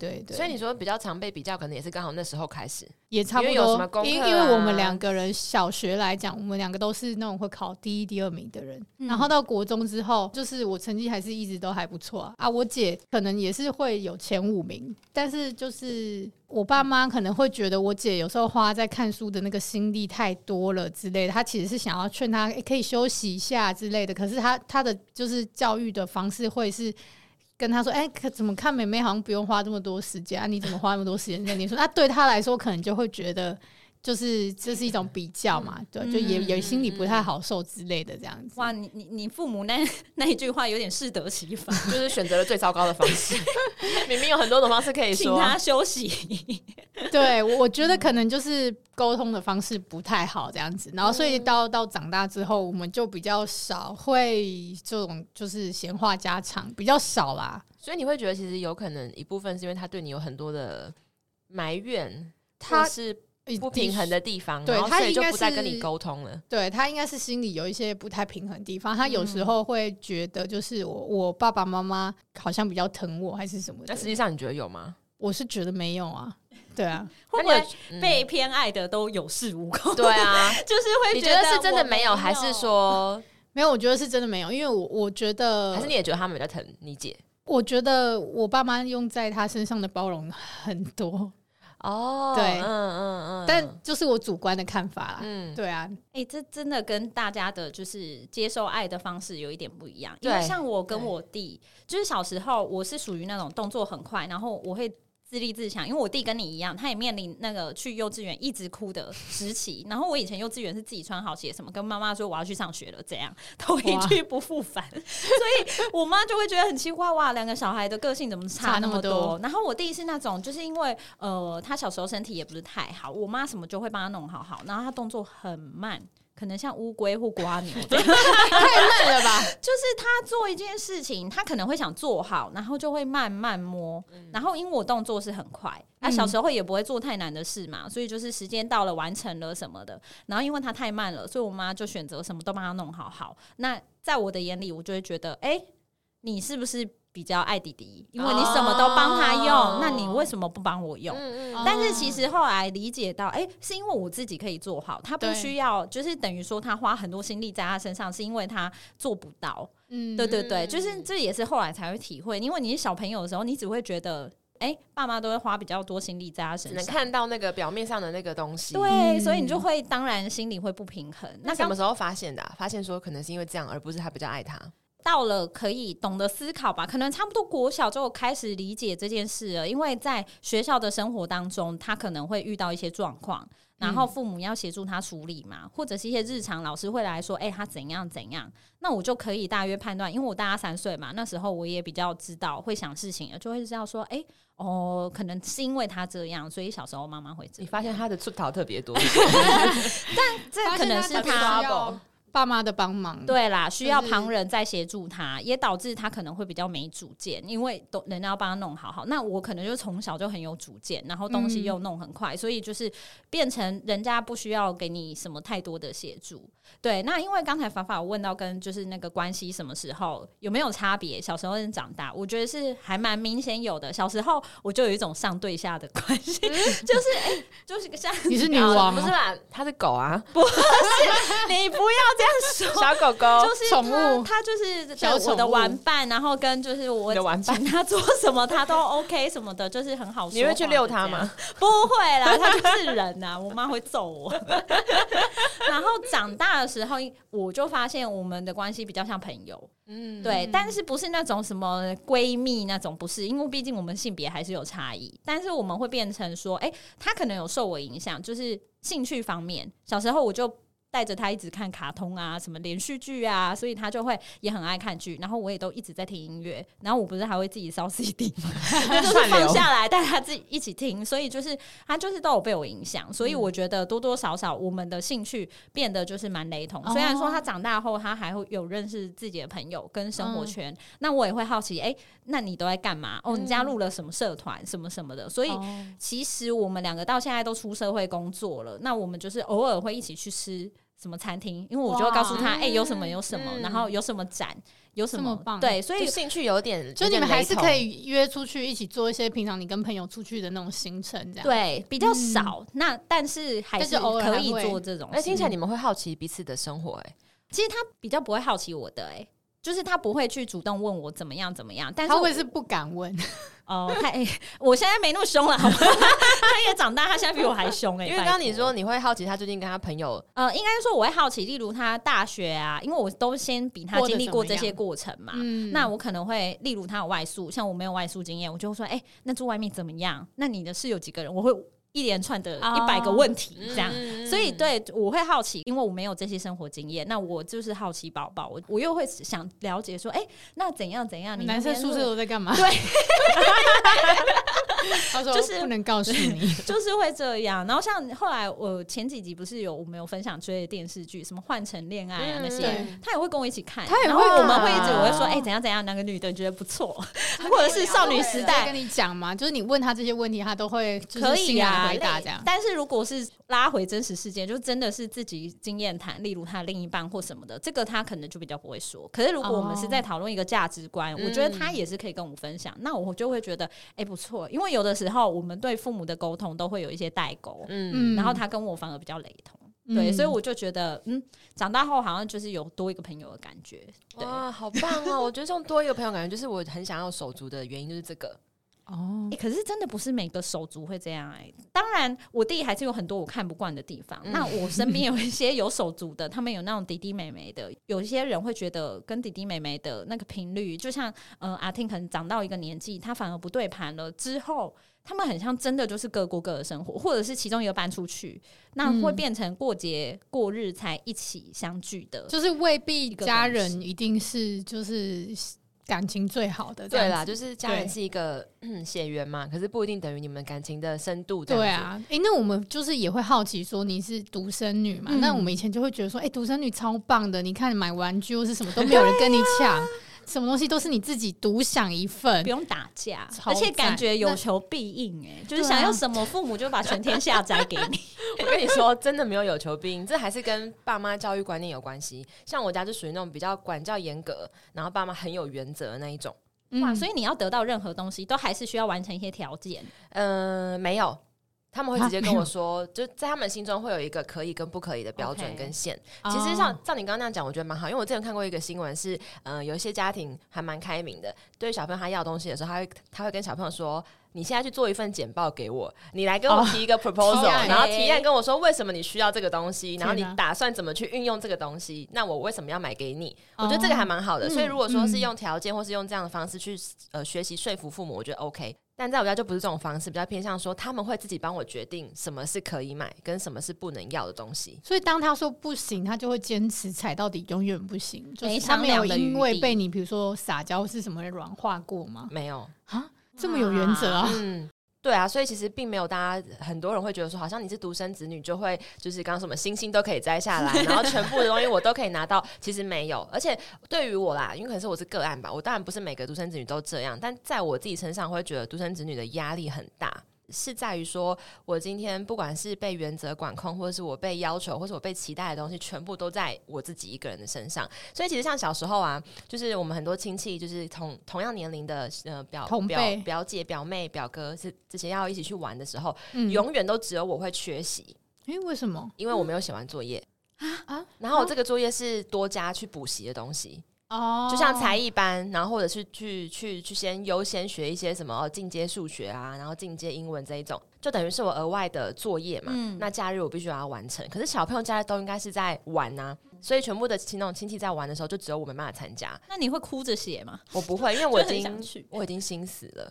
Speaker 1: 对对，
Speaker 2: 所以你说比较常被比较，可能也是刚好那时候开始。
Speaker 1: 也差不
Speaker 2: 因为有什么
Speaker 1: 多
Speaker 2: 功，课
Speaker 1: 因
Speaker 2: 啊
Speaker 1: 因为我们两个人小学来讲，我们两个都是那种会考第一、第二名的人。
Speaker 3: 嗯
Speaker 1: 然后到国中之后，就是我成绩还是一直都还不错啊。啊我姐可能也是会有前五名，但是就是我爸妈可能会觉得我姐有时候花在看书的那个心力太多了之类的，她其实是想要劝她、诶可以休息一下之类的。可是她她的就是教育的方式会是。跟她说，哎、可怎么看妹妹好像不用花这么多时间啊？你怎么花那么多时间在念书？那对她来说，可能就会觉得，就是这是一种比较
Speaker 2: 嗯
Speaker 1: 嘛，对，就也也心里不太好受之类的这样子。
Speaker 3: 哇，你你你父母那 那一句话有点适得其反，
Speaker 2: 就是选择了最糟糕的方 式。明明有很多种方式可以
Speaker 3: 请
Speaker 2: 说啊，
Speaker 3: 他休息。
Speaker 1: 对，我我觉得可能就是沟通的方式不太好这样子，然后所以
Speaker 2: 嗯
Speaker 1: 到到长大之后，我们就比较少会这种就是闲话家常，比较少啦。
Speaker 2: 所以你会觉得其实有可能一部分是因为他对你有很多的埋怨，
Speaker 1: 他
Speaker 2: 或是
Speaker 1: 一
Speaker 2: 不平衡，的地方，
Speaker 1: 对
Speaker 2: 然后
Speaker 1: 他
Speaker 2: 所以
Speaker 1: 应
Speaker 2: 就
Speaker 1: 该
Speaker 2: 不再
Speaker 1: 是
Speaker 2: 跟你沟通了。
Speaker 1: 对他应该是心里有一些不太平衡的地方。他有时
Speaker 2: 嗯
Speaker 1: 候会觉得，就是我我爸爸妈妈好像比较疼我，还是什么的
Speaker 2: 那实。际上你觉得有吗？
Speaker 1: 我是觉得没有 啊，对啊，
Speaker 3: 会
Speaker 2: 那
Speaker 3: 不
Speaker 2: 你有
Speaker 3: 会被偏爱的都有恃无恐？
Speaker 2: 嗯对 啊，
Speaker 3: 就是会
Speaker 2: 你
Speaker 3: 觉
Speaker 2: 觉得是真的
Speaker 3: 我
Speaker 2: 没
Speaker 3: 没
Speaker 2: 有，还是说，
Speaker 1: 没有，我觉得是真的没有，因为我我觉得
Speaker 2: 还是你也觉得他们比较疼你姐？
Speaker 1: 我觉得我爸妈用在他身上的包容很多，
Speaker 2: 哦，
Speaker 1: 对
Speaker 2: 嗯 嗯嗯，
Speaker 1: 但就是我主观的看法啦。
Speaker 2: 嗯，
Speaker 1: 对啊，
Speaker 3: 哎、这真的跟大家的就是接受爱的方式有一点不一样。因
Speaker 2: 对
Speaker 3: 为像我跟
Speaker 2: 对
Speaker 3: 我弟，就是小时候我是属于那种动作很快，然后我会。自立自强，因为我弟跟你一样，他也面临那个去幼稚园一直哭的时期。 然后我以前幼稚园是自己穿好鞋，什么跟妈妈说我要去上学了，这样都一
Speaker 1: 哇
Speaker 3: 去不复返。所以 我妈就会觉得很奇怪，哇，两个小孩的个性怎么
Speaker 1: 差
Speaker 3: 差
Speaker 1: 那
Speaker 3: 那
Speaker 1: 么
Speaker 3: 么
Speaker 1: 多
Speaker 3: 多？然后我弟是那种，就是因为呃，他小时候身体也不是太好，我妈什么就会帮他弄好好，然后他动作很慢。可能像乌龟或瓜牛，就是
Speaker 1: 太慢了吧？
Speaker 3: 他做一件事情，他可能会想做好，然后就会慢慢摸，然后因为我动作是很快，那、
Speaker 1: 嗯
Speaker 3: 小时候也不会做太难的事嘛，所以就是时间到了完成了什么的，然后因为他太慢了，所以我妈就选择什么都帮他弄好好。那在我的眼里，我就会觉得，哎、你是不是比较爱弟弟？因为你什么都帮他用，
Speaker 2: 哦
Speaker 3: 那你为什么不帮我用？
Speaker 2: 嗯
Speaker 1: 哦
Speaker 2: 嗯，
Speaker 3: 但是其实后来理解到，哎、是因为我自己可以做好，他不
Speaker 1: 对
Speaker 3: 需要，就是等于说他花很多心力在他身上，是因为他做不到。
Speaker 1: 嗯，
Speaker 3: 对对对，
Speaker 2: 嗯
Speaker 3: 就是这也是后来才会体会，因为你是小朋友的时候，你只会觉得，哎、爸妈都会花比较多心力在他
Speaker 2: 只
Speaker 3: 身
Speaker 2: 能
Speaker 3: 上。
Speaker 2: 看到那个表面上的那个东西。
Speaker 3: 对，所以你就
Speaker 1: 嗯
Speaker 3: 会当然心里会不平衡。那
Speaker 2: 那什
Speaker 3: 刚
Speaker 2: 么时候发现的啊、发现说可能是因为这样，而不是他比较爱他。
Speaker 3: 到了可以懂得思考吧，可能差不多国小就开始理解这件事了，因为在学校的生活当中，他可能会遇到一些状况，然后父母要协助他处理嘛，或者是一些日常老师会来说，哎、他怎样怎样，那我就可以大约判断，因为我大他三岁嘛，那时候我也比较知道会想事情了，就会知道说，哎、哦，可能是因为他这样，所以小时候妈妈会这
Speaker 2: 你
Speaker 3: 样，
Speaker 2: 发现他的出逃特别多，
Speaker 3: 这
Speaker 1: 发
Speaker 3: 可
Speaker 1: 现
Speaker 3: 能是
Speaker 1: 特别需要爸妈的帮忙。
Speaker 3: 对啦，需要
Speaker 1: 就是
Speaker 3: 旁人在协助他，也导致他可能会比较没主见，因为都人家要帮他弄好好。那我可能就从小就很有主见，然后东西又弄很快，所以就是变成人家不需要给你什么太多的协助。对，那因为刚才法法有问到跟就是那个关系什么时候有没有差别，小时候跟长大，我觉得是还蛮明显有的。小时候我就有一种上对下的关系，就是哎、就是像啊
Speaker 1: 你是女王
Speaker 2: 不是
Speaker 1: 哦，
Speaker 2: 啦，他是狗啊，
Speaker 3: 你不要这样说。
Speaker 2: 小狗狗
Speaker 3: 就是
Speaker 1: 宠
Speaker 3: 他
Speaker 1: 物
Speaker 3: 他就是
Speaker 1: 小
Speaker 3: 对
Speaker 1: 宠物
Speaker 3: 我的玩伴，然后跟就是我
Speaker 2: 你的玩伴
Speaker 3: 请他做什么他都 OK 什么的，就是很好说话的
Speaker 2: 你会去遛它吗
Speaker 3: 这样？不会啦，他就是人呐、我妈会揍我。 然后长大的时候，我就发现我们的关系比较像朋友，
Speaker 2: 嗯，
Speaker 3: 对，但是不是那种什么闺蜜那种，不是，因为毕竟我们性别还是有差异，但是我们会变成说，哎、他可能有受我影响，就是兴趣方面，小时候我就。带着他一直看卡通啊，什么连续剧啊，所以他就会也很爱看剧。然后我也都一直在听音乐，然后我不是还会自己烧 CD 吗？ 就是放下来带他自己一起听，所以就是他就是都有被我影响。所以我觉得多多少少我们的兴趣变得就是蛮雷同。
Speaker 1: 哦
Speaker 3: 虽然说他长大后他还会有认识自己的朋友跟生
Speaker 1: 嗯
Speaker 3: 活圈，那我也会好奇，哎、那你都在干嘛？哦，你加入了什么社团，什么什么的。所以
Speaker 1: 哦
Speaker 3: 其实我们两个到现在都出社会工作了，那我们就是偶尔会一起去吃。什么餐厅？因为我就会告诉他，
Speaker 2: 哇
Speaker 3: 哎、有什么有什么，
Speaker 2: 嗯
Speaker 3: 然后有什么展，有什
Speaker 1: 这么棒
Speaker 3: 对，所以
Speaker 2: 就兴趣有点，
Speaker 1: 就
Speaker 2: 有
Speaker 1: 你
Speaker 2: 点
Speaker 1: 们还是
Speaker 2: 雷同
Speaker 1: 可。以约出去一起做一些平常你跟朋友出去的那种行程，这样。
Speaker 3: 对，比较少。那但是还
Speaker 1: 嗯但是
Speaker 3: 是
Speaker 1: 偶尔
Speaker 3: 可
Speaker 1: 还
Speaker 3: 以
Speaker 1: 会
Speaker 3: 做这种事。
Speaker 2: 哎，听起来你们会好奇彼此的生活，哎，
Speaker 3: 其实他比较不会好奇我的、欸，就是他不会去主动问我怎么样怎么样。但是
Speaker 1: 他
Speaker 3: 我
Speaker 1: 会是不敢问，
Speaker 3: 哦，他、哎， 我现在没那么凶了，好吗？ 他也长大，他现在比我还凶哎、
Speaker 2: 因为
Speaker 3: 拜
Speaker 2: 刚
Speaker 3: 托
Speaker 2: 刚你说你会好奇他最近跟他朋友，
Speaker 3: 呃，应该说我会好奇，例如他大学啊，因为我都先比他
Speaker 1: 过得
Speaker 3: 经历
Speaker 1: 怎
Speaker 3: 过
Speaker 1: 么
Speaker 3: 这些
Speaker 1: 样
Speaker 3: 过程嘛。
Speaker 1: 嗯，
Speaker 3: 那我可能会，例如他有外宿，像我没有外宿经验，我就会说，哎、那住外面怎么样？那你的室友几个人？我会一连串的一百个
Speaker 1: 哦
Speaker 3: 问题这样。
Speaker 2: 嗯
Speaker 3: 所以，对我会好奇，因为我没有这些生活经验，那我就是好奇宝宝，我我又会想了解说，哎、那怎样怎样？你那
Speaker 1: 男生
Speaker 3: 边
Speaker 1: 宿舍
Speaker 3: 会
Speaker 1: 都在干嘛？他说
Speaker 3: 就是
Speaker 1: 不能告诉你，
Speaker 3: 就是会这样。然后像后来我前几集不是有我们有分享追的电视剧，什么《换乘恋爱》啊那
Speaker 2: 嗯
Speaker 3: 些，
Speaker 1: 对
Speaker 3: 他也会跟我一起看，
Speaker 1: 他也
Speaker 3: 然
Speaker 1: 会
Speaker 3: 后我们
Speaker 1: 看
Speaker 3: 会一直我会说，
Speaker 1: 啊
Speaker 3: 哎、怎样怎样，那个女的觉得不错， 或者是少女时
Speaker 1: 在
Speaker 3: 代。
Speaker 1: 跟你讲嘛，就是你问他这些问题，他都会就是
Speaker 3: 可
Speaker 1: 欣
Speaker 3: 以
Speaker 1: 然
Speaker 3: 啊，
Speaker 1: 回答
Speaker 3: 类
Speaker 1: 这样。
Speaker 3: 但是如果是拉回真实事件，就真的是自己经验谈，例如他另一半或什么的，这个他可能就比较不会说。可是如果我们是在讨论一个价值观，我
Speaker 1: 哦
Speaker 3: 觉得他也是可以跟我们分享，那我就会觉得，哎、不错，因为有的时候我们对父母的沟通都会有一些代沟，
Speaker 2: 嗯，
Speaker 3: 然后他跟我反而比较雷同。
Speaker 1: 嗯
Speaker 3: 对，所以我就觉得，嗯，长大后好像就是有多一个朋友的感觉。对，
Speaker 2: 哇，好棒哦！我觉得这种多一个朋友感觉，就是我很想要手足的原因就是这个。
Speaker 1: 哦，
Speaker 3: 诶可是真的不是每个手足会这样哎、当然，我弟还是有很多我看不惯的地方。
Speaker 2: 嗯
Speaker 3: 那我身边有一些有手足的，他们有那种弟弟妹妹的，有一些人会觉得跟弟弟妹妹的那个频率，就像呃阿听可能长到一个年纪，他反而不对盘了之后。他们很像真的就是各过各的生活，或者是其中一个搬出去，那会
Speaker 1: 嗯
Speaker 3: 变成过节过日才一起相聚的。
Speaker 1: 就是未必
Speaker 3: 个
Speaker 1: 家
Speaker 3: 关系
Speaker 1: 人一定是就是感情最好的这样
Speaker 2: 对
Speaker 1: 子，
Speaker 2: 啦，就是家人
Speaker 1: 对
Speaker 2: 是一个嗯血缘嘛，可是不一定等于你们感情的深度。
Speaker 1: 对，啊，诶，那我们就是也会好奇说你是独生女嘛？
Speaker 3: 嗯
Speaker 1: 那我们以前就会觉得说，诶，独生女超棒的，你看买玩具或是什么都没有人跟你抢，什么东西都是你自己独享一份
Speaker 3: 不。用打架，
Speaker 1: 超
Speaker 3: 而且感
Speaker 1: 赞
Speaker 3: 觉有
Speaker 1: 那
Speaker 3: 求必应、哎，就
Speaker 1: 对
Speaker 3: 是
Speaker 1: 啊
Speaker 3: 想要什么，父母就把全天下摘给 你。
Speaker 2: 我跟你说， 真的没有有求必应，这还是跟爸妈教育观念有关系。像我家就属于那种比较管教严格，然后爸妈很有原则的那一种。
Speaker 3: 哇，所
Speaker 1: 以
Speaker 3: 以你要得到任何东西，都还是需要完成一些条件。
Speaker 2: 嗯、没有。他们会直接
Speaker 1: 啊
Speaker 2: 跟我说，就在他们心中会有一个可以跟不可以的标准
Speaker 3: OK
Speaker 2: 跟线。其实
Speaker 1: 哦
Speaker 2: 像照你刚刚那样讲，我觉得蛮好，因为我之前看过一个新闻是，呃，有一些家庭还蛮开明的，对于小朋友他要东西的时候，他会他会跟小朋友说。你现在去做一份简报给我，你来跟我
Speaker 1: 哦
Speaker 2: 提一个 proposal，、
Speaker 1: 提案
Speaker 2: 然后提案跟我说为什么你需要这个东西，然后你
Speaker 1: 天哪
Speaker 2: 打算怎么去运用这个东西，那我为什么要买给你？我觉得这个还蛮好的。
Speaker 1: 嗯
Speaker 2: 所以如果说是
Speaker 1: 嗯
Speaker 2: 用条件或是用这样的方式去呃学习说服父母，我觉得 OK。但在我家就不是这种方式，比较偏向说他们会自己帮我决定什么是可以买，跟什么是不能要的东西。
Speaker 1: 所以当他说不行，他就会坚持踩到底，永远不行。就
Speaker 3: 没
Speaker 1: 是他没有
Speaker 3: 商量的余
Speaker 1: 因为
Speaker 3: 地
Speaker 1: 被你比如说撒娇或是什么软化过吗？
Speaker 2: 没有，
Speaker 1: 啊，这么有原则啊！
Speaker 2: 嗯，对啊，所以其实并没有大家很多人会觉得说，好像你是独生子女就会就是刚刚什么星星都可以摘下来，然后全部的东西我都可以拿到。其实没有，而且对于我啦，因为可能是我是个案吧，我当然不是每个独生子女都这样，但在我自己身上我会觉得独生子女的压力很大。是在于说，我今天不管是被原则管控，或者是我被要求，或者我被期待的东西，全部都在我自己一个人的身上。所以其实像小时候啊，就是我们很多亲戚，就是同同样年龄的呃表
Speaker 1: 同
Speaker 2: 表
Speaker 1: 辈
Speaker 2: 表姐、表妹、表哥是这些要一起去玩的时候，
Speaker 1: 嗯，
Speaker 2: 永远都只有我会缺席，
Speaker 1: 诶，为什么
Speaker 2: 因为我没有写完作业。
Speaker 1: 啊？
Speaker 2: 然后我这个作业是多加去补习的东西，
Speaker 1: 哦，
Speaker 2: 就像才艺班，然后或者是去去去先优先学一些什么哦进阶数学啊，然后进阶英文这一种，就等于是我额外的作业嘛。
Speaker 3: 嗯
Speaker 2: 那假日我必须要它完成，可是小朋友假日都应该是在玩呐、所以全部的亲那种亲戚在玩的时候，就只有我没办法参加。
Speaker 3: 那你会哭着写吗？
Speaker 2: 我不会，因为我已
Speaker 3: 就很
Speaker 2: 经
Speaker 3: 想去
Speaker 2: 我已经心死了，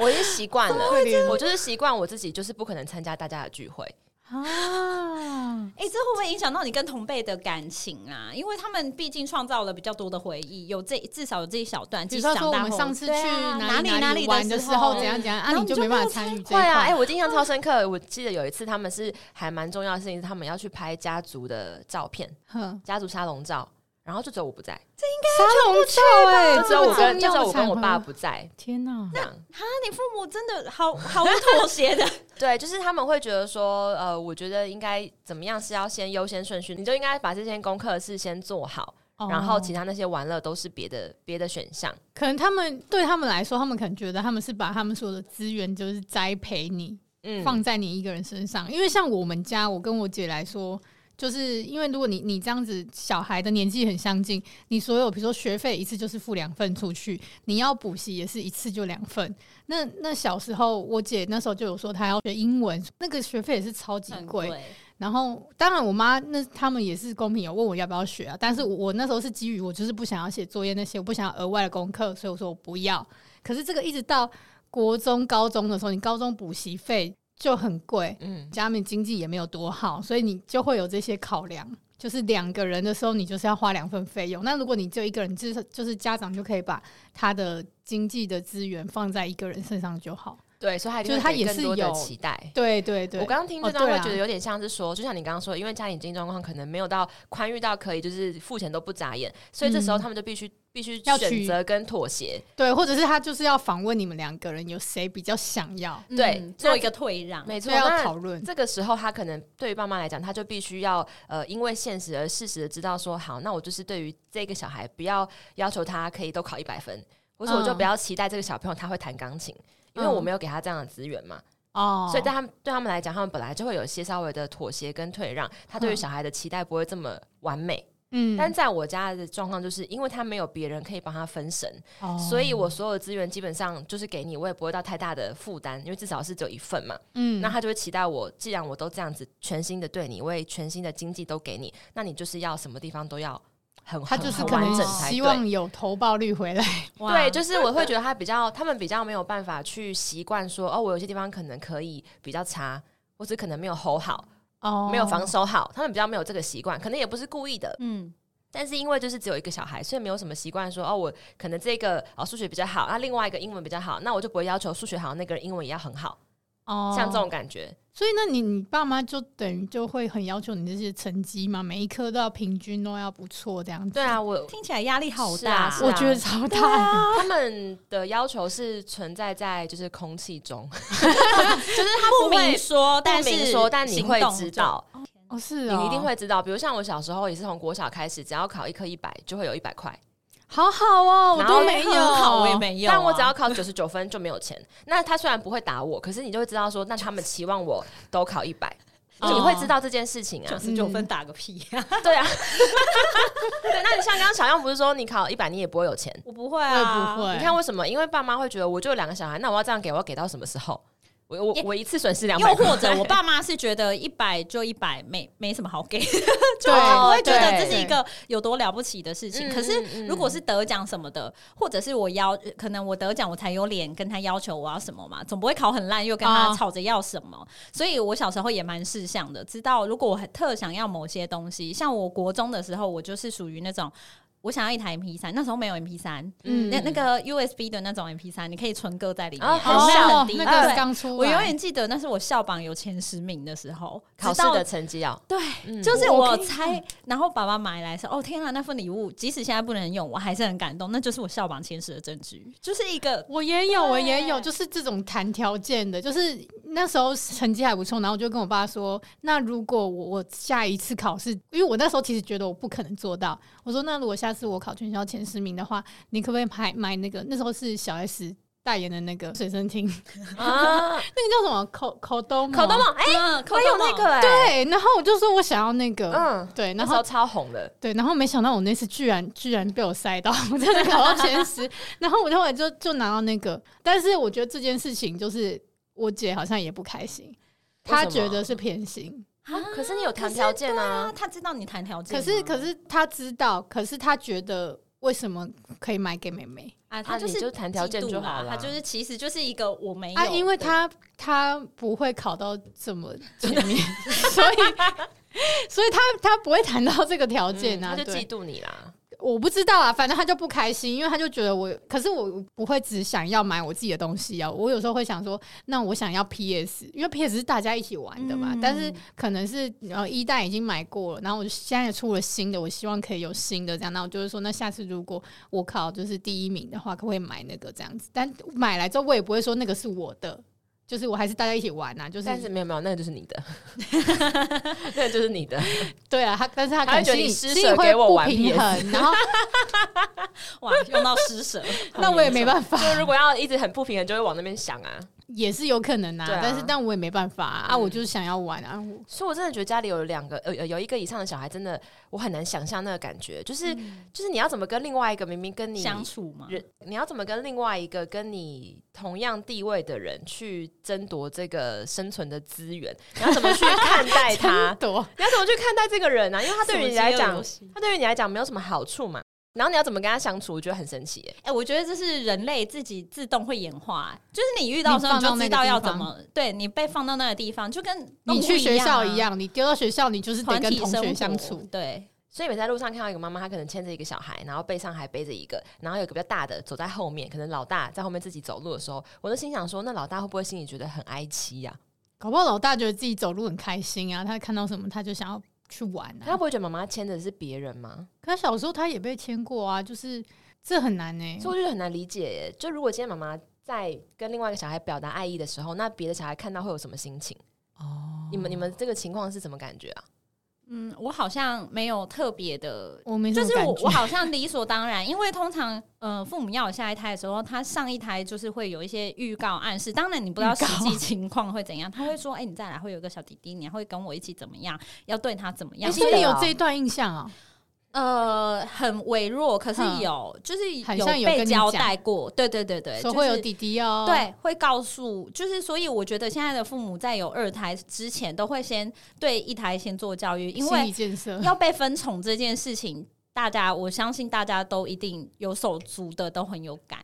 Speaker 2: 我已经习惯 了
Speaker 1: 可怜，
Speaker 2: 我就是习惯我自己，就是不可能参加大家的聚会。
Speaker 1: 哦啊，
Speaker 3: 哎、这会不会影响到你跟同辈的感情啊？因为他们毕竟创造了比较多的回忆，有这至少有这一小段。
Speaker 1: 比
Speaker 3: 即
Speaker 1: 如
Speaker 3: 使
Speaker 1: 说
Speaker 3: 长
Speaker 1: 说我
Speaker 3: 大
Speaker 1: 们
Speaker 3: 后，
Speaker 1: 上次去
Speaker 3: 对啊
Speaker 1: 哪
Speaker 3: 哪里
Speaker 1: 哪
Speaker 3: 里
Speaker 1: 玩的时候怎样怎样，
Speaker 3: 然
Speaker 1: 啊，
Speaker 3: 后
Speaker 1: 你
Speaker 3: 你
Speaker 1: 就
Speaker 3: 就
Speaker 1: 没
Speaker 3: 没
Speaker 1: 办
Speaker 3: 有
Speaker 1: 法参与这一
Speaker 2: 会啊，哎、
Speaker 1: 块。
Speaker 2: 我印象超深刻。我记得有一次他们是还蛮重要的事情，是他们要去拍家族的照片，
Speaker 1: 哼
Speaker 2: 家族沙龙照，然后就只有我不在，
Speaker 1: 沙龙照哎
Speaker 2: 就只有我跟就只有我跟我爸
Speaker 1: 不。
Speaker 2: 不在。
Speaker 1: 天哪！
Speaker 2: 这样
Speaker 3: 啊，你父母真的好 好不妥协 的。
Speaker 2: 对，就是他们会觉得说，呃，我觉得应该怎么样是要先优先顺序，你就应该把这些功课是先做好，
Speaker 1: 哦
Speaker 2: 然后其
Speaker 1: 他
Speaker 2: 他那些玩乐都是别的别的选项。
Speaker 1: 可能他们对他们来说，他们可能觉得他们是把他们所有的资源就是栽培你，
Speaker 2: 嗯
Speaker 1: 放在你一个人身上。因为像我们家，我跟我姐来说。就是因为如果你你这样子，小孩的年纪很相近，你所有比如说学费一次就是付两份出去，你要补习也是一次就两份。那那小时候我姐那时候就有说她要学英文，那个学费也是超级贵，然后，当然，我妈那他们也是公平有问我要不要学啊，但是我我那时候是基于我就是不想要写作业那些，我不想要额外的功课，所以我说我不要。可是这个一直到国中、高中的时候，你高中补习费就很贵，
Speaker 2: 嗯，
Speaker 1: 家里面经济也没有多好，所以你就会有这些考量。就是两个人的时候，你就是要花两份费用。那如果你只有一个人，就是就是家长就可以把他的经济的资源放在一个人身上就好。
Speaker 2: 对，所以他一定
Speaker 1: 就是
Speaker 2: 会
Speaker 1: 他
Speaker 2: 给
Speaker 1: 也
Speaker 2: 更
Speaker 1: 是
Speaker 2: 多的
Speaker 1: 有
Speaker 2: 期待。
Speaker 1: 对对对，
Speaker 2: 我刚刚听这
Speaker 1: 哦
Speaker 2: 段
Speaker 1: 对
Speaker 2: 会
Speaker 1: 啊
Speaker 2: 觉得有点像是说，就像你刚刚说，因为家庭经济状况可能没有到宽裕到可以就是付钱都不眨眼，所以这时候
Speaker 1: 嗯
Speaker 2: 他们就必须必须
Speaker 1: 要
Speaker 2: 选
Speaker 1: 取
Speaker 2: 择跟妥协。
Speaker 1: 对，或者是他就是要访问你们两个人有谁比较想要，
Speaker 2: 对
Speaker 3: 嗯
Speaker 2: 那
Speaker 3: 做一个退让，
Speaker 2: 没
Speaker 1: 所
Speaker 2: 错，
Speaker 1: 以要
Speaker 2: 那
Speaker 1: 讨论。
Speaker 2: 这个时候，他可能对于爸妈来讲，他就必须要呃，因为现实而事实的知道说，好，那我就是对于这个小孩，不要要求他可以都考一百分，或者我就
Speaker 1: 嗯
Speaker 2: 不要期待这个小朋友他会弹钢琴，因为
Speaker 1: 嗯
Speaker 2: 我没有给他这样的资源嘛。
Speaker 1: 哦，
Speaker 2: 所以对他们对他们来讲，他们本来就会有一些稍微的妥协跟退让，他对于
Speaker 1: 嗯
Speaker 2: 小孩的期待不会这么完美。
Speaker 1: 嗯
Speaker 2: 但在我家的状况，就是因为他没有别人可以帮他分神，
Speaker 1: 哦
Speaker 2: 所以我所有资源基本上就是给你，我也不会到太大的负担，因为至少是只有一份嘛。
Speaker 1: 嗯
Speaker 2: 那他就会期待我，既然我都这样子全心的对你，我也全心的经济都给你，那你就是要什么地方都要很
Speaker 1: 他
Speaker 2: 很
Speaker 1: 就是
Speaker 2: 很
Speaker 1: 可
Speaker 2: 完
Speaker 1: 能
Speaker 2: 整才
Speaker 1: 希
Speaker 2: 对。
Speaker 1: 望有投报率回来，
Speaker 3: 哇
Speaker 2: 对，就是我会觉得他比较，他们比较没有办法去习惯说，哦，我有些地方可能可以比较差，或者可能没有吼好，
Speaker 1: 哦
Speaker 2: 没有防守好，他们比较没有这个习惯，可能也不是故意的，
Speaker 3: 嗯，
Speaker 2: 但是因为就是只有一个小孩，所以没有什么习惯说哦，我可能这个哦数学比较好，那、另外一个英文比较好，那我就不会要求数学好那个人英文也要很好，
Speaker 1: 哦
Speaker 2: 像这种感觉。
Speaker 1: 所以那你你爸妈就等于就会很要求你这些成绩嘛，每一科都要平均都要不错这样子。
Speaker 2: 对啊，我
Speaker 3: 听起来压力好
Speaker 2: 是啊
Speaker 3: 大，
Speaker 2: 是啊啊
Speaker 1: 我觉得超大的，
Speaker 2: 他们的要求是存在在就是空气中， 就是他不
Speaker 3: 不明
Speaker 2: 会
Speaker 3: 说，
Speaker 2: 但
Speaker 3: 但
Speaker 2: 明
Speaker 3: 是
Speaker 2: 说，但你
Speaker 3: 行
Speaker 2: 会
Speaker 3: 动
Speaker 2: 知
Speaker 3: 中
Speaker 2: 道，
Speaker 1: 哦是哦，
Speaker 2: 你一定会知道。比如像我小时候也是从国小开始，只要考一科一百就会有一百块，
Speaker 1: 好好哦，我
Speaker 2: 然后
Speaker 1: 都没有，
Speaker 3: 很好，我也没有啊，
Speaker 2: 但我只要考九十九分就没有钱。 那他虽然不会打我，可是你就会知道说，那他们期望我都考一百。
Speaker 1: 哦
Speaker 2: 你会知道这件事情
Speaker 3: 九
Speaker 2: 啊，
Speaker 3: 十九分打个屁，
Speaker 2: 对啊，对。那你像刚刚小样不是说你考一百你也不会有钱？
Speaker 3: 我不会
Speaker 1: 我也
Speaker 3: 啊，
Speaker 1: 不会。
Speaker 2: 你看为什么？因为爸妈会觉得我就有两个小孩，那我要这样给，我要给到什么时候？我我
Speaker 3: 也
Speaker 2: 我一次损失两百
Speaker 3: 又
Speaker 2: 块，
Speaker 3: 或者我爸妈是觉得一百就一百，没没什么好给， 就
Speaker 1: 对
Speaker 3: 不会觉得
Speaker 2: 对
Speaker 3: 这是一个有多了不起的事情。
Speaker 2: 嗯
Speaker 3: 可是
Speaker 2: 嗯嗯
Speaker 3: 如果是得奖什么的，或者是我要可能我得奖我才有脸跟他要求我要什么嘛，总不会考很烂又跟他
Speaker 1: 哦
Speaker 3: 吵着要什么。所以我小时候也蛮识相的，知道如果我很特想要某些东西，像我国中的时候，我就是属于那种。我想要一台 MP 三，那时候没有 MP 三、
Speaker 1: 嗯
Speaker 3: 那那个 USB 的那种 MP 三，你可以存歌在里面，
Speaker 2: 啊
Speaker 3: 很
Speaker 2: 好
Speaker 3: 像
Speaker 1: 哦
Speaker 3: 很低，，
Speaker 1: 那
Speaker 2: 啊
Speaker 3: 对
Speaker 1: 个刚出来，
Speaker 3: 我永远记得那是我校榜有前十名的时候，
Speaker 2: 考试
Speaker 3: 直到
Speaker 2: 的成绩啊，
Speaker 3: 对。
Speaker 2: 嗯
Speaker 3: 就是
Speaker 1: 我
Speaker 3: 我
Speaker 1: 可以
Speaker 3: 猜，然后爸爸买来说：“哦，天啊，那份礼物，即使现在不能用，我还是很感动。那就是我校榜前十的证据，就是一个
Speaker 2: 哦
Speaker 1: 我也有，我也有，
Speaker 3: 对
Speaker 1: 就是这种谈条件的，就是那时候成绩还不错，然后我就跟我爸说，那如果我我下一次考试，因为我那时候其实觉得我不可能做到，我说那如果下次我考全校前十名的话，你可不可以买买那个那时候是小 S 代言的 那个随身听，
Speaker 2: 啊，
Speaker 1: 那个叫什么口口兜吗
Speaker 2: 考到梦，哎，
Speaker 3: 嗯，
Speaker 2: 我有那个哎，，
Speaker 1: 对，然后我就说我想要那个，
Speaker 2: 嗯，
Speaker 1: 对，
Speaker 2: 那
Speaker 1: 然
Speaker 2: 时
Speaker 1: 后
Speaker 2: 候超红的，
Speaker 1: 对，然后没想到我那次居然居然被我塞到， 我真的考到前十。然后我后来就就拿到那个，但是我觉得这件事情就是我姐好像也不开心，她
Speaker 2: 为什么
Speaker 1: 觉得是偏心。
Speaker 3: 啊
Speaker 2: 可是你有谈条件
Speaker 3: 啊
Speaker 2: 啊，
Speaker 3: 他知道你谈条件
Speaker 1: 可
Speaker 3: 吗，
Speaker 1: 是可是她知道，可是她觉得为什么可以买给妹妹？
Speaker 3: 啊，
Speaker 2: 啊
Speaker 3: 他
Speaker 2: 你
Speaker 3: 是
Speaker 2: 就谈条件
Speaker 3: 嫉妒
Speaker 2: 就好
Speaker 3: 啦
Speaker 2: 啦
Speaker 3: 他就是其实就是一个我没有
Speaker 1: 啊，
Speaker 3: 的，
Speaker 1: 因为她她不会考到这么前 面，所以 所以她她不会谈到这个条件啊，
Speaker 2: 嗯他就
Speaker 1: 对
Speaker 2: 嫉妒你啦。
Speaker 1: 我不知道啊，反正他就不开心，因为他就觉得我，可是我不会只想要买我自己的东西啊。我有时候会想说，那我想要 PS，因为 PS 是大家一起玩的嘛。
Speaker 3: 嗯
Speaker 1: 但是可能是呃一代已经买过了，然后我就现在也出了新的，我希望可以有新的这样。那我就是说，那下次如果我考就是第一名的话，可不可以买那个这样子？但买来之后，我也不会说那个是我的。就是我还是大家一起玩啊，就是
Speaker 2: 但是没有没有，那个就是你 的，那个就是你的。
Speaker 1: 对啊，他但是他可
Speaker 2: 他
Speaker 1: 能
Speaker 2: 会觉得
Speaker 1: 心里
Speaker 2: 你施舍
Speaker 1: 心里会
Speaker 2: 给我
Speaker 1: 不
Speaker 2: 玩
Speaker 1: 平
Speaker 2: PS
Speaker 1: 衡，然后
Speaker 3: 哇，用到施舍，
Speaker 1: 那我也没办法，
Speaker 2: 就如果要一直很不平衡，就会往那边想啊。
Speaker 1: 也是有可能啊，
Speaker 2: 对啊
Speaker 1: 但是但我也没办法啊，啊
Speaker 2: 嗯
Speaker 1: 我就是想要玩啊，我
Speaker 2: 所以我真的觉得家里有两个呃有有一个以上的小孩，真的我很难想象那个感觉，就是、就是你要怎么跟另外一个明明跟你
Speaker 3: 相处嘛，
Speaker 2: 人，你要怎么跟另外一个跟你同样地位的人去争夺这个生存的资源，你要怎么去看待 他？
Speaker 1: 多
Speaker 2: 你要怎么去看待这个人呢、啊？因为他对于你来讲，
Speaker 3: 什么饥饿游戏
Speaker 2: 他对于你来讲没有什么好处嘛。然后你要怎么跟他相处，我觉得很神奇耶、
Speaker 3: 哎、我觉得这是人类自己自动会演化、就是你遇到的时候
Speaker 1: 你
Speaker 3: 你就
Speaker 1: 放到
Speaker 3: 知
Speaker 1: 那个
Speaker 3: 道要
Speaker 1: 地方
Speaker 3: 怎么，对你被放到那个地方，就跟动
Speaker 1: 你
Speaker 3: 物
Speaker 1: 去学校
Speaker 3: 一
Speaker 1: 一
Speaker 3: 样
Speaker 1: 样，你丢到学校，你就是
Speaker 3: 啊，
Speaker 1: 得
Speaker 3: 团
Speaker 1: 跟
Speaker 3: 体
Speaker 1: 同
Speaker 3: 生
Speaker 1: 学
Speaker 3: 活
Speaker 1: 相处，
Speaker 3: 对。
Speaker 2: 所以每次在路上看到一个妈妈，她可能牵着一个小孩，然后背上还背着一个，然后有一个比较大的走在后面，可能老大在后面自己走路的时候，我就心想说，那老大会不会心里觉得很哀戚啊呀、
Speaker 1: 搞不好老大觉得自己走路很开心啊，他看到什么他就想要去玩
Speaker 2: 他
Speaker 3: 嗯
Speaker 1: 啊。
Speaker 2: 不会觉得妈妈牵的是别人吗？
Speaker 1: 可他小时候他也被牵过啊，就是这很难呢、欸
Speaker 2: 所以我觉得很难理解耶。就如果今天妈妈在跟另外一个小孩表达爱意的时候，那别的小孩看到会有什么心情？
Speaker 1: 哦
Speaker 2: 你们你们这个情况是什么感觉啊？
Speaker 3: 嗯，我好像没有特别的。
Speaker 1: 我没什
Speaker 3: 就
Speaker 1: 么
Speaker 3: 是
Speaker 1: 感
Speaker 3: 我，
Speaker 1: 觉
Speaker 3: 我 好像理所当然，因为通常，呃，父母要有下一胎的时候，他上一胎就是会有一些预告暗示。当然，你不知道实际情况会怎样，他会说：“哎、你再来会有一个小弟弟，你还会跟我一起怎么样？要对他怎么
Speaker 1: 哎
Speaker 3: 样？”
Speaker 1: 所
Speaker 2: 记
Speaker 1: 以
Speaker 2: 得
Speaker 1: 有
Speaker 2: 哦
Speaker 1: 这一段印象啊、
Speaker 3: 呃，很微弱，可是
Speaker 1: 嗯
Speaker 3: 有，就是
Speaker 1: 好像有
Speaker 3: 被
Speaker 1: 跟你
Speaker 3: 交
Speaker 1: 讲
Speaker 3: 代过。对对对对，
Speaker 1: 说
Speaker 3: 就
Speaker 1: 会有
Speaker 3: 是
Speaker 1: 弟弟哦、，
Speaker 3: 对，会告诉，就是所以我觉得现在的父母在有二胎之前，都会先对一胎先做教育，因
Speaker 1: 心理
Speaker 3: 为
Speaker 1: 建设。
Speaker 3: 要被分宠这件事情，大家我相信大家都一定有手足的都很有感，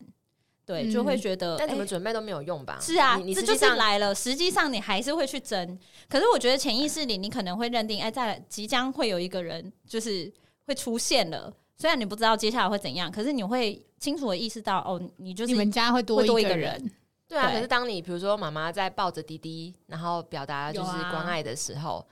Speaker 3: 对，就会
Speaker 1: 嗯
Speaker 3: 觉得
Speaker 2: 但怎么
Speaker 3: 哎
Speaker 2: 准备都没有用吧？
Speaker 3: 是啊，
Speaker 2: 你你
Speaker 3: 这
Speaker 2: 实
Speaker 3: 就
Speaker 2: 际
Speaker 3: 是
Speaker 2: 上
Speaker 3: 来了。实际上你还是会去争，可是我觉得潜意识里你可能会认定，哎，在即将会有一个人就是会出现了，虽然你不知道接下来会怎样，可是你会清楚的意识到，哦，你就是
Speaker 1: 你们家会多
Speaker 3: 会多一
Speaker 1: 个
Speaker 3: 个
Speaker 1: 人，
Speaker 2: 对啊。
Speaker 3: 对
Speaker 2: 可是当你比如说妈妈在抱着弟弟，然后表达就是
Speaker 3: 有啊
Speaker 2: 关爱的时候，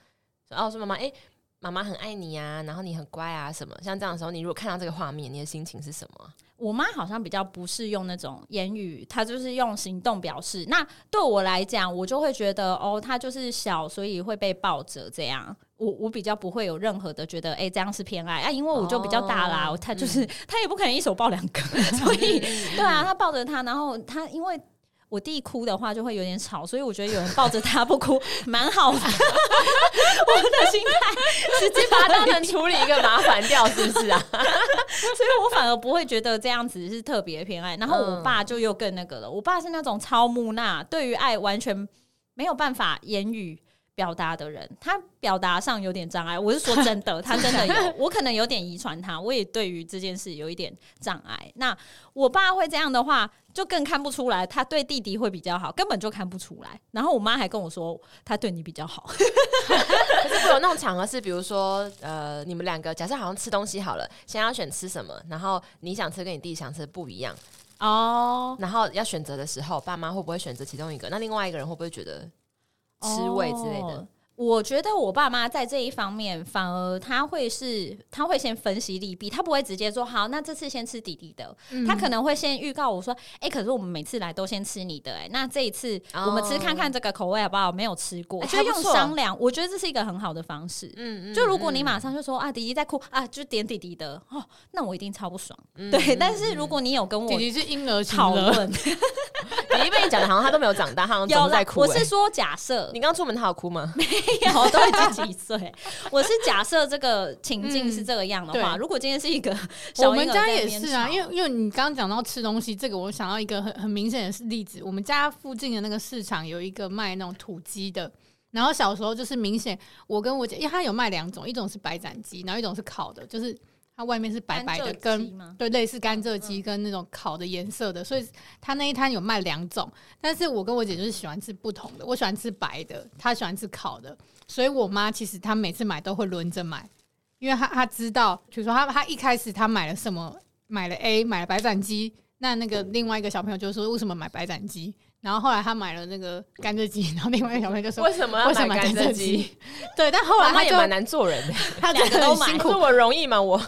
Speaker 2: 然后说妈妈，哎、妈妈很爱你啊，然后你很乖啊，什么像这样的时候，你如果看到这个画面，你的心情是什 么啊？
Speaker 3: 我妈好像比较不是用那种言语，她就是用行动表示。那对我来讲，我就会觉得哦，她就是小，所以会被抱着这样。我我比较不会有任何的觉得，哎、这样是偏爱啊，因为我就比较大啦，
Speaker 2: 哦
Speaker 3: 我她就是、她也不可能一手抱两个， 所以 对啊，她抱着她，然后她因为。我弟哭的话就会有点吵，所以我觉得有人抱着他不哭蛮好的。我 的心态
Speaker 2: 直接把它当成处理一个麻烦掉，是不是啊？
Speaker 3: 所以我反而不会觉得这样子是特别偏爱。然后我爸就又更那个了，我爸是那种超木讷，对于爱完全没有办法言语。表达的人，他表达上有点障碍。我是说真的，他 真的有，我可能有点遗传他，我也对于这件事有一点障碍。那我爸会这样的话，就更看不出来，他对弟弟会比较好，根本就看不出来。然后我妈还跟我说，他对你比较好。
Speaker 2: 可是会有那种场合是，比如说，呃，你们两个假设好像吃东西好了，先要选吃什么，然后你想吃跟你弟想吃不一样，
Speaker 3: 哦，
Speaker 2: 然后要选择的时候，爸妈会不会选择其中一个？那另外一个人会不会觉得吃味之类的？
Speaker 3: 哦我觉得我爸妈在这一方面，反而他会是他会先分析利弊，他不会直接说好，那这次先吃弟弟的，
Speaker 1: 嗯
Speaker 3: 他可能会先预告我说，哎、可是我们每次来都先吃你的、哎，那这一次我们吃看看这个口味好不好？没有吃过，
Speaker 2: 哎
Speaker 3: 就
Speaker 2: 还不
Speaker 3: 用
Speaker 2: 错
Speaker 3: 商量，我觉得这是一个很好的方式。
Speaker 2: 嗯
Speaker 3: 就如果你马上就说啊，弟弟在哭啊，就点弟弟的哦，那我一定超不爽。
Speaker 2: 嗯
Speaker 3: 对，
Speaker 2: 嗯
Speaker 3: 但是如果你有跟我
Speaker 1: 弟弟是婴儿型
Speaker 3: 讨
Speaker 1: 的，
Speaker 3: 论，
Speaker 2: 弟弟 被你讲的好像他都没有长大，他好像
Speaker 3: 有
Speaker 2: 总是
Speaker 3: 啦
Speaker 2: 在，哭、
Speaker 3: 我
Speaker 2: 欸
Speaker 3: 是说假设，
Speaker 2: 你刚出门他有哭吗？
Speaker 3: 我都已经几岁，我是假设这个情境是这个样的话，
Speaker 1: 嗯对
Speaker 3: 如果今天是一个
Speaker 1: 我
Speaker 3: 小
Speaker 1: 们
Speaker 3: 婴儿
Speaker 1: 家
Speaker 3: 在那
Speaker 1: 也
Speaker 3: 边
Speaker 1: 是啊，
Speaker 3: 吵
Speaker 1: 因为因为你刚刚讲到吃东西这个，我想到一个很很明显的例子，我们家附近的那个市场有一个卖那种土鸡的。然后小时候就是明显，我跟我姐，因为她有卖两种，一种是白斩鸡，然后一种是烤的，就是它外面是白白的，
Speaker 3: 甘蔗
Speaker 1: 跟
Speaker 3: 鸡吗嗯
Speaker 1: 对，类似甘蔗鸡跟那种烤的颜色的，所以他那一摊有卖两种，但是我跟我姐就是喜欢吃不同的，我喜欢吃白的，她喜欢吃烤的，所以我妈其实她每次买都会轮着买，因为她她知道，比如说她她一开始她买了什么，买了 A，买了白斩鸡，那那个另外一个小朋友就说为什么买白斩鸡，然后后来她买了那个甘蔗鸡，然后另外一个小朋友就说
Speaker 2: 为什么要
Speaker 1: 为什么
Speaker 2: 买甘
Speaker 1: 甘
Speaker 2: 蔗
Speaker 1: 蔗
Speaker 2: 鸡？
Speaker 1: 鸡，对，但后来
Speaker 2: 妈妈
Speaker 1: 她
Speaker 2: 也
Speaker 1: 就
Speaker 2: 蛮难做人的，
Speaker 1: 她真
Speaker 3: 两
Speaker 1: 的
Speaker 3: 个都
Speaker 1: 很
Speaker 3: 买
Speaker 1: 辛苦
Speaker 2: 说，我容易吗？我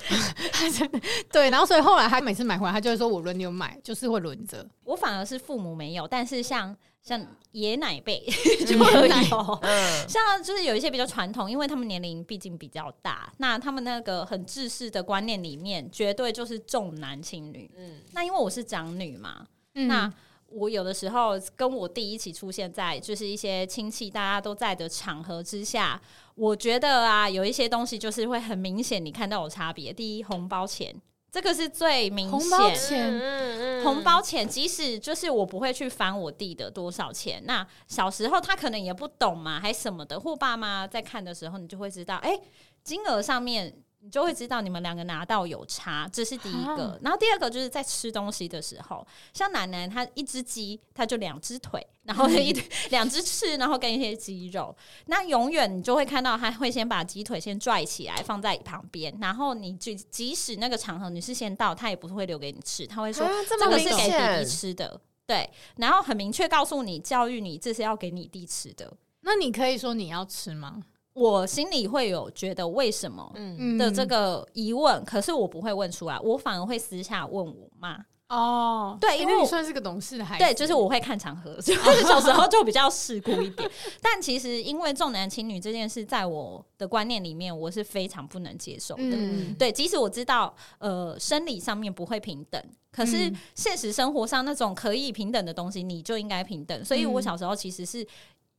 Speaker 1: 真的对，然后所以后来他每次买回来，他就会说我轮流买，就是会轮着。
Speaker 3: 我反而是父母没有，但是像像爷奶 辈就
Speaker 1: 爷奶
Speaker 3: 有。
Speaker 2: 嗯，
Speaker 3: 像就是有一些比较传统，因为他们年龄毕竟比较大，那他们那个很制式的观念里面，绝对就是重男轻女。
Speaker 2: 嗯
Speaker 3: 那因为我是长女嘛，
Speaker 1: 嗯
Speaker 3: 那我有的时候跟我弟一起出现在就是一些亲戚大家都在的场合之下，我觉得啊，有一些东西就是会很明显，你看到有差别。第一，红包钱，这个是最明
Speaker 1: 红包
Speaker 3: 显。
Speaker 1: 钱
Speaker 2: 嗯
Speaker 3: 红包钱，即使就是我不会去翻我弟的多少钱，那小时候他可能也不懂嘛，还什么的，或爸妈在看的时候，你就会知道，哎、金额上面你就会知道你们两个拿到有差，这是第一个。然后第二个就是在吃东西的时候，像奶奶她一只鸡，她就两只腿，然后一 堆两只翅，然后跟一些肌肉。那永远你就会看到她会先把鸡腿先拽起来放在旁边，然后你就即使那个场合你是先到，她也不会留给你吃，她会说、
Speaker 2: 啊这
Speaker 3: 这
Speaker 2: 么
Speaker 3: 个
Speaker 2: 明
Speaker 3: 是给弟弟
Speaker 2: 显，
Speaker 3: 吃的。对，然后很明确告诉你，教育你这是要给你弟吃的。
Speaker 1: 那你可以说你要吃吗？
Speaker 3: 我心里会有觉得为什么
Speaker 2: 嗯，
Speaker 1: 嗯
Speaker 3: 的这个疑问，可是我不会问出来，我反而会私下问我妈。
Speaker 1: 哦，
Speaker 3: 对
Speaker 1: 哎
Speaker 3: 因为
Speaker 1: 那你
Speaker 3: 我
Speaker 1: 算是个懂事的孩子，
Speaker 3: 对，就是我会看场 合，就是小时候就比较世故一点。但其实因为重男轻女这件事，在我的观念里面，我是非常不能接受的。
Speaker 1: 嗯，
Speaker 3: 对，即使我知道，呃，生理上面不会平等，可是
Speaker 1: 嗯
Speaker 3: 现实生活上那种可以平等的东西，你就应该平等。所以
Speaker 1: 嗯
Speaker 3: 我小时候其实是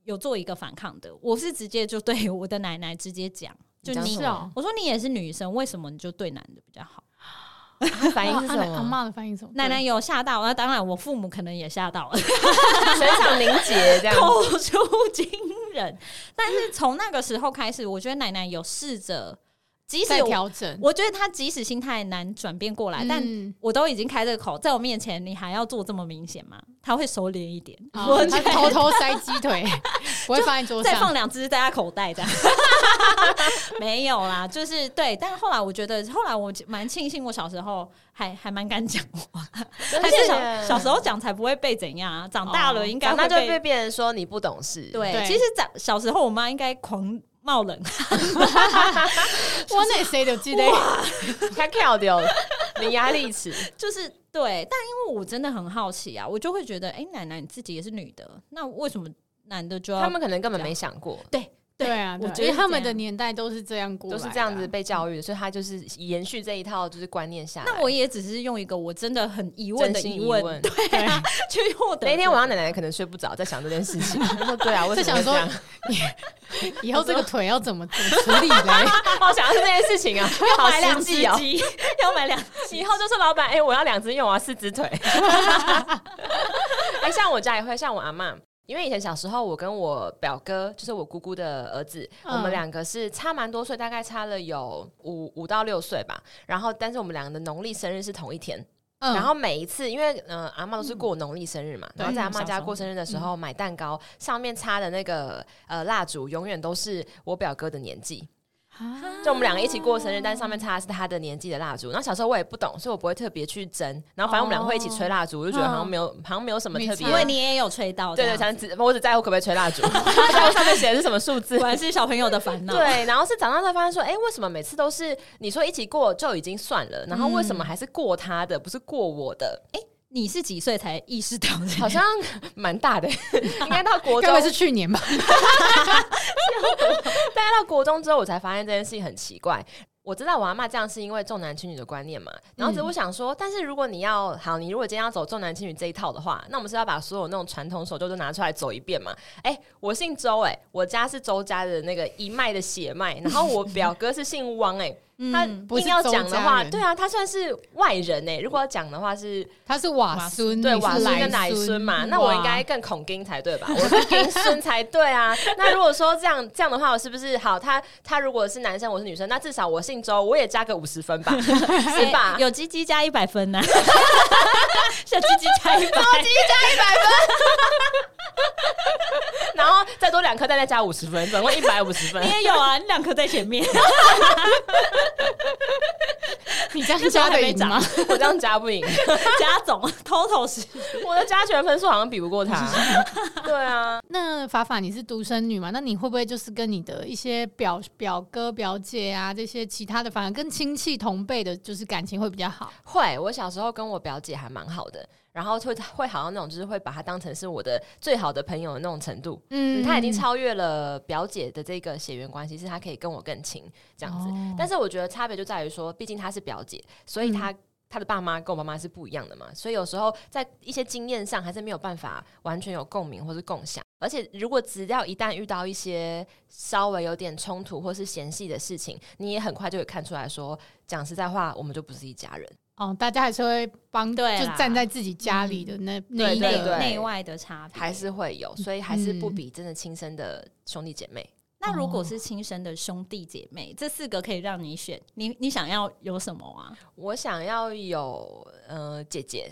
Speaker 3: 有做一个反抗的，我是直接就对我的奶奶直接讲，就
Speaker 2: 你讲
Speaker 3: 你
Speaker 1: 是哦。
Speaker 3: 我说你也是女生，为什么你就对男的比较好？
Speaker 2: 他反应是
Speaker 1: 哇
Speaker 2: 什
Speaker 3: 哦
Speaker 1: 啊奶阿
Speaker 2: 么？
Speaker 1: 妈的反应是什么？
Speaker 3: 奶奶有吓到，那当然我父母可能也吓到 了，
Speaker 2: 全场凝结这样。
Speaker 3: 口出惊人。但是从那个时候开始，我觉得奶奶有试着，即使
Speaker 1: 在
Speaker 3: 我
Speaker 1: 调整，
Speaker 3: 我觉得她即使心态难转变过来，但
Speaker 1: 嗯
Speaker 3: 我都已经开这个口，在我面前你还要做这么明显吗？她会收敛一点，
Speaker 1: 啊
Speaker 3: 我觉
Speaker 1: 他
Speaker 3: 得
Speaker 1: 偷偷塞鸡 腿，不会放在桌
Speaker 3: 再
Speaker 1: 上
Speaker 3: 放。两只在他口袋这样。 没有啦，就是对，但后来我觉得，后来我蛮庆幸，我小时候还还蛮敢讲话，还是小小时候讲才不会被怎样啊，长大
Speaker 1: 哦
Speaker 3: 了应该
Speaker 2: 长大
Speaker 3: 会
Speaker 2: 就会被
Speaker 3: 被
Speaker 2: 别人说你不懂事。
Speaker 3: 对。
Speaker 1: 对
Speaker 3: 其实长小时候我妈应该狂冒冷汗，
Speaker 1: 我那谁都记得，
Speaker 2: 他跳掉了，伶牙俐齿。
Speaker 3: 就是对，但因为我真的很好奇啊，我就会觉得，哎、奶奶你自己也是女的，那为什么男的就要
Speaker 2: 他们可能根本没想过，
Speaker 1: 对啊，对
Speaker 3: 我
Speaker 1: 啊
Speaker 3: 觉
Speaker 1: 因
Speaker 3: 得
Speaker 1: 为
Speaker 3: 是
Speaker 1: 他
Speaker 3: 这
Speaker 1: 们的
Speaker 3: 样
Speaker 1: 年代都是这样过
Speaker 3: 啊
Speaker 2: 都
Speaker 1: 来，
Speaker 2: 是这样子。被教育的，所以他就是延续这一套就是观念下来。
Speaker 3: 那我也只是用一个我真的很疑问
Speaker 2: 真
Speaker 3: 的
Speaker 2: 心疑
Speaker 3: 问
Speaker 2: 问，
Speaker 1: 啊对，
Speaker 3: 去获得
Speaker 2: 那天
Speaker 3: 这
Speaker 2: 晚上奶奶可能睡不着，在想这件事 情。她说：“ 对啊，我
Speaker 1: 就想说
Speaker 2: 这样，
Speaker 1: 以后这个腿要怎么怎么 处理嘞？
Speaker 2: 好哦想要是这件事 情啊，好
Speaker 3: 买两
Speaker 2: 实
Speaker 3: 只
Speaker 2: 际哦。
Speaker 3: 鸡， 要买两
Speaker 2: 以后就说老板，哎、我要两只，因为我要四只腿。 哎、像我家也会，像我阿妈，因为以前小时候，我跟我表哥，就是我姑姑的儿子，
Speaker 1: 嗯
Speaker 2: 我们两个是差蛮多岁，大概差了有五五到六岁吧。然后，但是我们两个的农历生日是同一天。
Speaker 1: 嗯
Speaker 2: 然后每一次，因为呃，阿妈都是过农历生日嘛，
Speaker 1: 对
Speaker 2: 然后在阿妈
Speaker 3: 小时
Speaker 2: 家
Speaker 3: 候
Speaker 2: 过生日的时候，买蛋糕上面插的那个呃蜡烛，永远都是我表哥的年纪。
Speaker 1: 啊
Speaker 2: 就我们两个一起过生日，但上面插的是他的年纪的蜡烛。然后小时候我也不懂，所以我不会特别去争。然后反正我们两个会一起吹蜡烛，我就觉得好像没有，好像没有什么特
Speaker 1: 没
Speaker 2: 别。
Speaker 1: 差
Speaker 3: 因哦为你也有吹到这
Speaker 2: 对
Speaker 3: 样，
Speaker 2: 对，想只我只在乎可不可以吹蜡烛，在乎上面写的是什么数 字
Speaker 3: 果。然是小朋友的烦恼。，
Speaker 2: 对，然后是长大才发现说，哎、为什么每次都是你说一起过就已经算了，然后为什么还是过他的，不是过我的？
Speaker 3: 你是几岁才意识到这
Speaker 2: 好
Speaker 3: 个？
Speaker 2: 像蛮大 的， 应该到国
Speaker 1: 该
Speaker 2: 中
Speaker 1: 不，会是去年吧？
Speaker 2: 大概到国中之后，我才发现这件事情很奇怪。我知道我阿妈这样是因为重男轻女的观念嘛，然后只是
Speaker 1: 嗯
Speaker 2: 我想说，但是如果你要好，你如果今天要走重男轻女这一套的话，那我们是要把所有那种传统手旧都拿出来走一遍嘛？哎、我姓周、哎，我家是周家的那个一脉的血脉，然后我表哥是姓汪、 哎、他
Speaker 3: 嗯，
Speaker 1: 不是
Speaker 2: 硬要讲
Speaker 1: 周
Speaker 2: 的
Speaker 1: 家
Speaker 2: 话，
Speaker 1: 人
Speaker 2: 对啊，他算是外人哎、如果要讲的话是
Speaker 1: 他是瓦孙，
Speaker 2: 对
Speaker 1: 你是
Speaker 2: 瓦孙跟
Speaker 1: 莱
Speaker 2: 奶孙嘛，那
Speaker 1: 哇
Speaker 2: 我应该更恐惊才对吧？我是惊孙才对啊。 那如果说这样这样的话，我是不是好？他他如果是男生，我是女生，那至少我姓周，我也加个五十分吧，是吧
Speaker 3: 哎？ 有鸡鸡加一百分呐， 小鸡鸡加一 百，
Speaker 2: 然后再多两颗，再再加五十分，总共一百五十分
Speaker 3: 你。也有啊，你两颗在前 面，
Speaker 1: 你 这样加的赢吗？
Speaker 2: 我这样加不赢，
Speaker 3: 加总 total 是
Speaker 2: 我的加权分数好像比不过他。对啊，
Speaker 1: 那法法，你是独生女嘛？那你会不会就是跟你的一些表表哥、表姐啊这些其他的，反而跟亲戚同辈的，就是感情会比较好？
Speaker 2: 会。我小时候跟我表姐还蛮好的，然后会会好到那种，就是会把她当成是我的最好的朋友的那种程度。嗯，
Speaker 1: 嗯
Speaker 2: 他已经超越了表姐的这个血缘关系，是他可以跟我更亲这样子。
Speaker 1: 哦
Speaker 2: 但是我觉得差别就在于说，毕竟她是表姐，所以
Speaker 1: 嗯
Speaker 2: 她、她的爸妈跟我妈妈是不一样的嘛，所以有时候在一些经验上还是没有办法完全有共鸣或是共享。而且如果只要一旦遇到一些稍微有点冲突或是嫌隙的事情，你也很快就会看出来说，讲实在话，我们就不是一家人。
Speaker 1: 哦，大家还是会帮，
Speaker 3: 对
Speaker 1: 就
Speaker 3: 啦
Speaker 1: 站在自己家里的那、那一
Speaker 2: 嗯对
Speaker 1: 个
Speaker 3: 内
Speaker 2: 对
Speaker 3: 内外的差别，
Speaker 2: 还是会有，所以还是不
Speaker 1: 嗯
Speaker 2: 比真的亲生的兄弟姐妹。
Speaker 3: 那如果是亲生的兄弟姐妹，这四个可以让你选，你你想要有什么啊？
Speaker 2: 我想要有呃姐姐，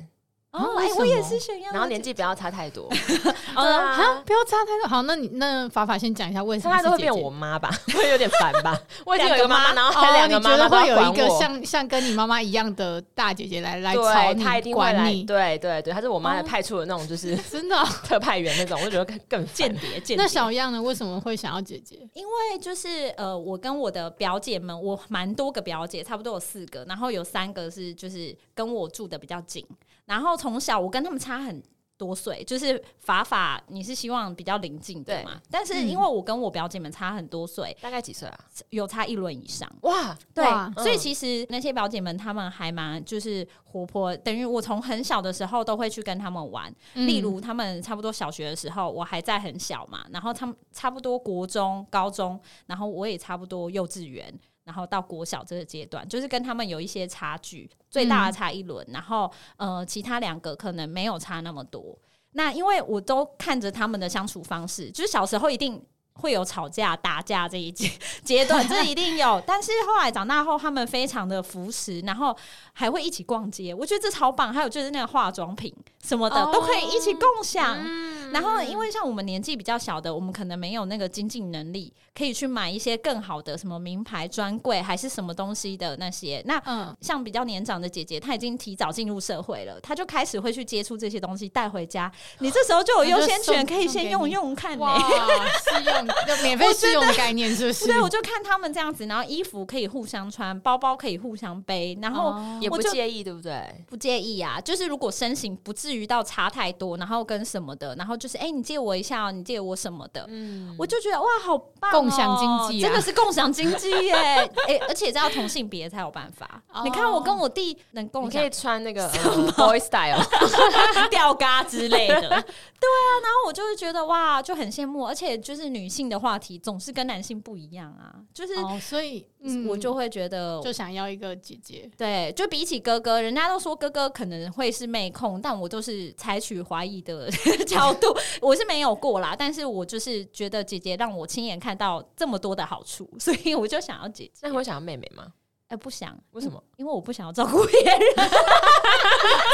Speaker 1: 啊
Speaker 3: 哦，
Speaker 1: 为
Speaker 3: 哎、
Speaker 1: 什么
Speaker 3: 我也是选要有姐姐，
Speaker 2: 然后年纪不要差太 多，
Speaker 3: 哦
Speaker 2: 对
Speaker 1: 啊
Speaker 2: 啊，，
Speaker 1: 不要差太多。好，那你那法法先讲一下为什
Speaker 2: 差
Speaker 1: 么
Speaker 2: 太
Speaker 1: 是
Speaker 2: 多会
Speaker 1: 姐姐
Speaker 2: 变我妈 吧，会有点烦吧。 我已经有一个妈妈，然后还有
Speaker 1: 哦，
Speaker 2: 两
Speaker 1: 你
Speaker 2: 个
Speaker 1: 觉
Speaker 2: 妈妈
Speaker 1: 得
Speaker 2: 都
Speaker 1: 会有
Speaker 2: 要
Speaker 1: 一个
Speaker 2: 管我。
Speaker 1: 像像跟你妈妈一样的大姐姐来来吵
Speaker 2: 对，
Speaker 1: 你，
Speaker 2: 她一定会
Speaker 1: 管
Speaker 2: 来，
Speaker 1: 你，
Speaker 2: 对对对，她是我妈
Speaker 1: 哦
Speaker 2: 的派出的那种，就是
Speaker 1: 真的哦、
Speaker 2: 特派员那种，我就觉得更更
Speaker 3: 间
Speaker 2: 烦。
Speaker 3: 谍，间谍。
Speaker 1: 那小样呢？为什么会想要姐姐？
Speaker 3: 因为就是呃，我跟我的表姐们，我蛮多个表姐，差不多有四个，然后有三个是就是跟我住的比较近，然后从小我跟他们差很。多岁就是法法，你是希望比较临近的嘛？但是因为我跟我表姐们差很多岁，
Speaker 2: 大概几岁啊？
Speaker 3: 有差一轮以上，
Speaker 2: 哇，
Speaker 3: 对
Speaker 1: 哇，
Speaker 3: 所
Speaker 2: 嗯
Speaker 3: 以其实那些表姐们她们还蛮就是活泼，等于我从很小的时候都会去跟她们玩。
Speaker 1: 嗯
Speaker 3: 例如，她们差不多小学的时候，我还在很小嘛，然后她们差不多国中、高中，然后我也差不多幼稚园。然后到国小这个阶段，就是跟她们有一些差距，最大的差一轮，然后呃，其他两个可能没有差那么多。那因为我都看着他们的相处方式，就是小时候一定会有吵架、打架这一阶阶 段，这一定有。但是后来长大后，他们非常的扶持，然后还会一起逛街，我觉得这超棒。还有就是那个化妆品什么的、
Speaker 1: 哦
Speaker 3: 都可以一起共享。
Speaker 1: 嗯
Speaker 3: 然后，因为像我们年纪比较小的，我们可能没有那个经济能力，可以去买一些更好的什么名牌专柜还是什么东西的那些。那
Speaker 1: 嗯，
Speaker 3: 像比较年长的姐姐，她已经提早进入社会了，她就开始会去接触这些东西带回家。你这时候就有优先
Speaker 1: 那就
Speaker 3: 权，
Speaker 1: 送
Speaker 3: 可以先用用看、
Speaker 1: 哇，
Speaker 3: 欸。
Speaker 1: 试用就免费试用的概念是不是？
Speaker 3: 对，我就看他们这样子，然后衣服可以互相穿，包包可以互相背，然后
Speaker 1: 哦
Speaker 2: 也
Speaker 3: 我
Speaker 2: 不
Speaker 3: 就
Speaker 2: 介意，对不对？
Speaker 3: 不介意啊。就是如果身形不至于到差太多，然后跟什么的，然后就是哎、你借我一下哦、你借我什么的，
Speaker 2: 嗯，
Speaker 3: 我就觉得哇，好棒、哦！
Speaker 1: 共享经济啊
Speaker 3: 真的是共享经济耶、哎、 而且这要同性别才有办法。
Speaker 1: 哦
Speaker 3: 你看我跟我弟能共
Speaker 2: 你
Speaker 3: 享
Speaker 2: 可以穿那个呃 boy style，
Speaker 3: 吊嘎之类的。对啊，然后我就会觉得哇，就很羡慕，而且就是女性的话题总是跟男性不一样啊，就是
Speaker 1: 哦，所以嗯，
Speaker 3: 我就会觉得。
Speaker 1: 就想要一个姐姐。
Speaker 3: 对，就比起哥哥，人家都说哥哥可能会是妹控，但我都是采取怀疑的 角度，我是没有过啦。但是我就是觉得姐姐让我亲眼看到这么多的好处，所以我就想要姐姐。
Speaker 2: 那你会想要妹妹吗？
Speaker 3: 哎、不想，
Speaker 2: 为什么？
Speaker 3: 因为我不想要照顾别人。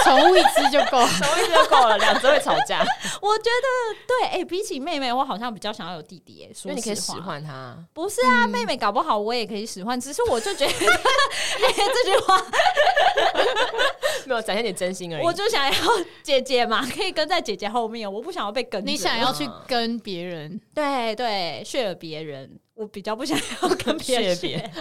Speaker 1: 宠物一只就够。
Speaker 2: 手一只就够了，两只会吵架，
Speaker 3: 我觉得对，哎、比起妹妹，我好像比较想要有弟弟、哎，
Speaker 2: 因
Speaker 3: 说
Speaker 2: 为你可以使
Speaker 3: 实话
Speaker 2: 唤嗯她。
Speaker 3: 不是啊，妹妹搞不好我也可以使唤，只是我就觉得、 哎这句话，
Speaker 2: 没有展现你真心而已。
Speaker 3: 我就想要姐姐嘛，可以跟在姐姐后面，我不想要被跟着。
Speaker 1: 你想要去跟别人，
Speaker 3: 对对，血了别人，我比较不想要跟别 人
Speaker 2: 血别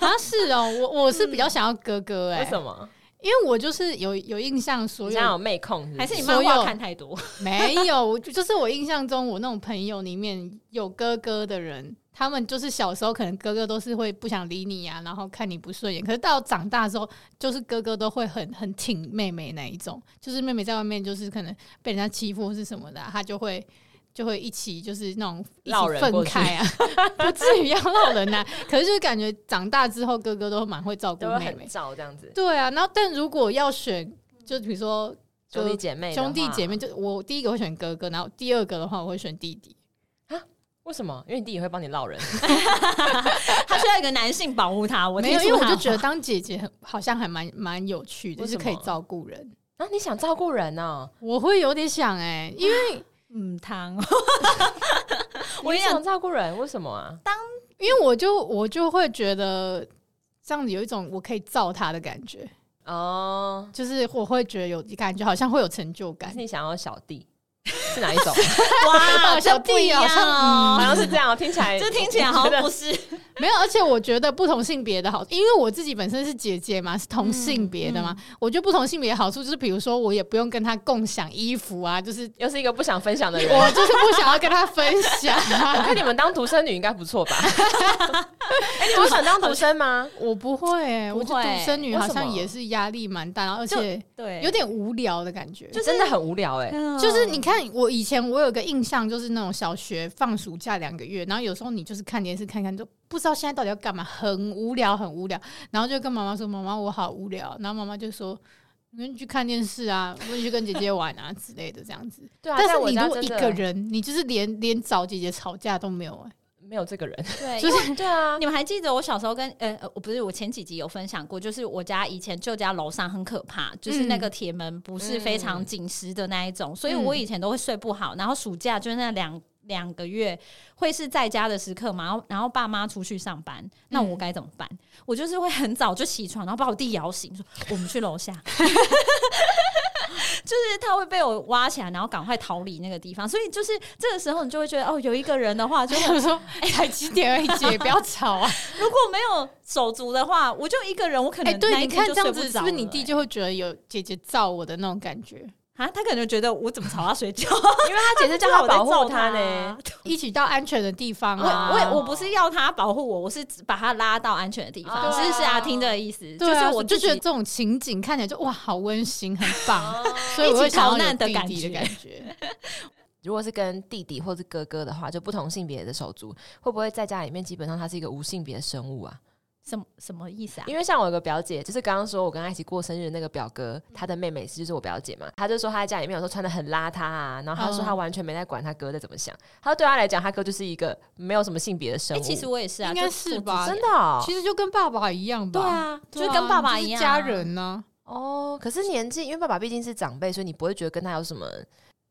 Speaker 1: 啊，是哦，我我是
Speaker 3: 嗯
Speaker 1: 比较想要哥哥哎、
Speaker 2: 为什么？
Speaker 1: 因为我就是有有印象，所
Speaker 2: 你想要有
Speaker 1: 有
Speaker 2: 妹控不
Speaker 3: 还是你
Speaker 1: 所
Speaker 3: 漫画
Speaker 1: 有
Speaker 3: 看太多？
Speaker 1: 没有，我就是我印象中我那种朋友里面有哥哥的人，他们就是小时候可能哥哥都是会不想理你啊，然后看你不顺眼，可是到长大之后，就是哥哥都会很很挺妹妹那一种，就是妹妹在外面就是可能被人家欺负或是什么的啊、他就会。就会一起就是那种一起
Speaker 2: 绕人
Speaker 1: 愤
Speaker 2: 过去
Speaker 1: 慨啊，不至于要闹人呐、 可是就是感觉长大之后，哥哥都蛮会照顾
Speaker 2: 都会
Speaker 1: 妹妹
Speaker 2: 很，照这样子。
Speaker 1: 对啊，然后但如果要选，就比如说呃就
Speaker 2: 兄弟姐妹的话，
Speaker 1: 兄弟姐妹，就我第一个会选哥哥，然后第二个的话我会选弟弟。
Speaker 2: 为什么？因为你弟也会帮你捞人，
Speaker 3: 他需要一个男性保护他，我
Speaker 1: 没有，
Speaker 3: 听
Speaker 1: 因为
Speaker 3: 出
Speaker 1: 我
Speaker 3: 他
Speaker 1: 就觉得
Speaker 3: 话
Speaker 1: 当姐姐很好像还蛮蛮有趣的，
Speaker 2: 为
Speaker 1: 就
Speaker 2: 什
Speaker 1: 是
Speaker 2: 么
Speaker 1: 可以照顾人。
Speaker 2: 然后啊你想照顾人哦呢？
Speaker 1: 我会有点想哎、因为
Speaker 3: 嗯，汤我
Speaker 2: 我
Speaker 3: 跟
Speaker 2: 也
Speaker 3: 你讲
Speaker 2: 想照顾人，为什么啊？
Speaker 1: 因为我就我就会觉得这样子有一种我可以照他的感觉，
Speaker 2: 哦，
Speaker 1: 就是我会觉得有感觉好像会有成就
Speaker 2: 还
Speaker 1: 感
Speaker 2: 是。你想要小弟？ 是哪一 种？
Speaker 3: 哇，
Speaker 1: 小
Speaker 3: 这不
Speaker 1: 弟
Speaker 3: 一
Speaker 1: 哦
Speaker 3: 样
Speaker 1: 好像嗯
Speaker 2: 好
Speaker 3: 哦，
Speaker 2: 像是这样，听起 来
Speaker 3: 这听起来好
Speaker 2: 我觉得
Speaker 3: 像 不是
Speaker 1: 没有，而且我觉得不同性别的好，因为我自己本身是姐姐嘛，是同
Speaker 2: 嗯
Speaker 1: 性别的嘛，我觉得不同性别的好处就是，比如说我也不用跟他共享衣服啊，就是
Speaker 2: 又是一个不想分享 的人。
Speaker 1: 我就是不想要跟他分享。
Speaker 2: 我看你们当独生女应该不错吧？ 哎，你们想当独生吗？
Speaker 1: 我不会、欸，
Speaker 3: 不
Speaker 1: 我觉
Speaker 3: 会
Speaker 1: 得独生女好
Speaker 2: 为什
Speaker 1: 像
Speaker 2: 么
Speaker 1: 也是压力蛮大，然后而
Speaker 3: 就
Speaker 1: 且
Speaker 3: 对，嗯
Speaker 1: 有点无聊的感觉。
Speaker 2: 就真的很无聊哎。
Speaker 1: 就是你看，我以前我有个印象，就是那种小学放暑假两个月，然后有时候你就是看电视看看，就不知道现在到底要干嘛，很无聊，很无聊。然后就跟妈妈说：“妈妈，我好无聊。”然后妈妈就说：“你们去看电视啊，或者去跟姐姐玩啊之类的这样子。
Speaker 2: 对啊，
Speaker 1: 但
Speaker 2: 在
Speaker 1: 是
Speaker 2: 我
Speaker 1: 你
Speaker 2: 家
Speaker 1: 如果
Speaker 2: 真
Speaker 1: 一
Speaker 2: 的
Speaker 1: 个人，你就是连连找姐姐吵架都没有哎、
Speaker 2: 没有这个人，
Speaker 3: 对，
Speaker 1: 就是
Speaker 3: 因 为
Speaker 2: 对啊，
Speaker 3: 你们还记得我小时候跟呃，呃我不是我前几集有分享过，就是我家以前旧家楼上很可怕，就是那个铁门不是非常紧实的那一种，所以我以前都会睡不好。然后暑假就是那两两个月会是在家的时刻嘛，然后然后爸妈出去上班，那我该怎么办？我就是会很早就起床，然后把我弟摇醒，说我们去楼下。就是他会被我挖起来，然后赶快逃离那个地方，所以就是这个时候你就会觉得哦，有一个人的话 就
Speaker 1: 哎我
Speaker 3: 很
Speaker 1: 想说，才几点而已，姐不要吵啊！
Speaker 3: 如果没有手足的话，我就一个人，我可
Speaker 1: 哎、
Speaker 3: 能
Speaker 1: 对，
Speaker 3: 那
Speaker 1: 你
Speaker 3: 一天
Speaker 1: 看
Speaker 3: 就
Speaker 1: 这
Speaker 3: 睡
Speaker 1: 样
Speaker 3: 不
Speaker 1: 子，
Speaker 3: 着
Speaker 1: 是
Speaker 3: 了、
Speaker 1: 不是你弟
Speaker 3: 哎
Speaker 1: 就会觉得有姐姐罩我的那种感觉？
Speaker 3: 啊？他可能觉得我怎么吵他睡 觉？
Speaker 2: 因为他姐是叫 他保护他呢。。
Speaker 1: 一起到安全的地方
Speaker 3: 我
Speaker 1: 啊！
Speaker 3: 我也我不是要他保护我，我是把他拉到安全的地方，
Speaker 2: 哦
Speaker 3: 是是阿听的意思，
Speaker 1: 啊对啊，
Speaker 3: 是我
Speaker 1: 就
Speaker 3: 自己哦
Speaker 1: 觉得这种情景看起来就哇，好温馨，很棒，所以
Speaker 3: 一
Speaker 1: 我
Speaker 3: 起
Speaker 1: 会想要
Speaker 3: 逃难
Speaker 1: 有
Speaker 3: 的
Speaker 1: 弟
Speaker 3: 感
Speaker 1: 弟
Speaker 3: 觉
Speaker 1: 的感 觉。
Speaker 2: 如果是跟弟弟或是哥哥的话，就不同性别的手足，会不会在家里面基本上他是一个无性别的生物啊？
Speaker 3: 什么什么意思啊？
Speaker 2: 因为像我有个表姐，就是刚刚说我跟她一起过生日的那个表
Speaker 3: 嗯
Speaker 2: 哥，他的妹妹是就是我表姐嘛，她就说她在家里面有时候穿的很邋遢啊，然后她说
Speaker 3: 嗯
Speaker 2: 她完全没在管她哥在怎么想，她说对她来讲，她哥就是一个没有什么性别的生
Speaker 3: 哎、
Speaker 2: 物。
Speaker 3: 其实我也是啊，
Speaker 1: 应该
Speaker 3: 就是做自己
Speaker 1: 吧
Speaker 2: 真的哦
Speaker 1: 其实就跟爸爸一样吧，
Speaker 3: 对啊，就
Speaker 1: 对啊，
Speaker 3: 是跟爸爸
Speaker 1: 你
Speaker 3: 一
Speaker 1: 就是
Speaker 3: 样，
Speaker 1: 家。人呢、
Speaker 2: 哦，可是年纪，因为爸爸毕竟是长辈，所以你不会觉得跟他有什么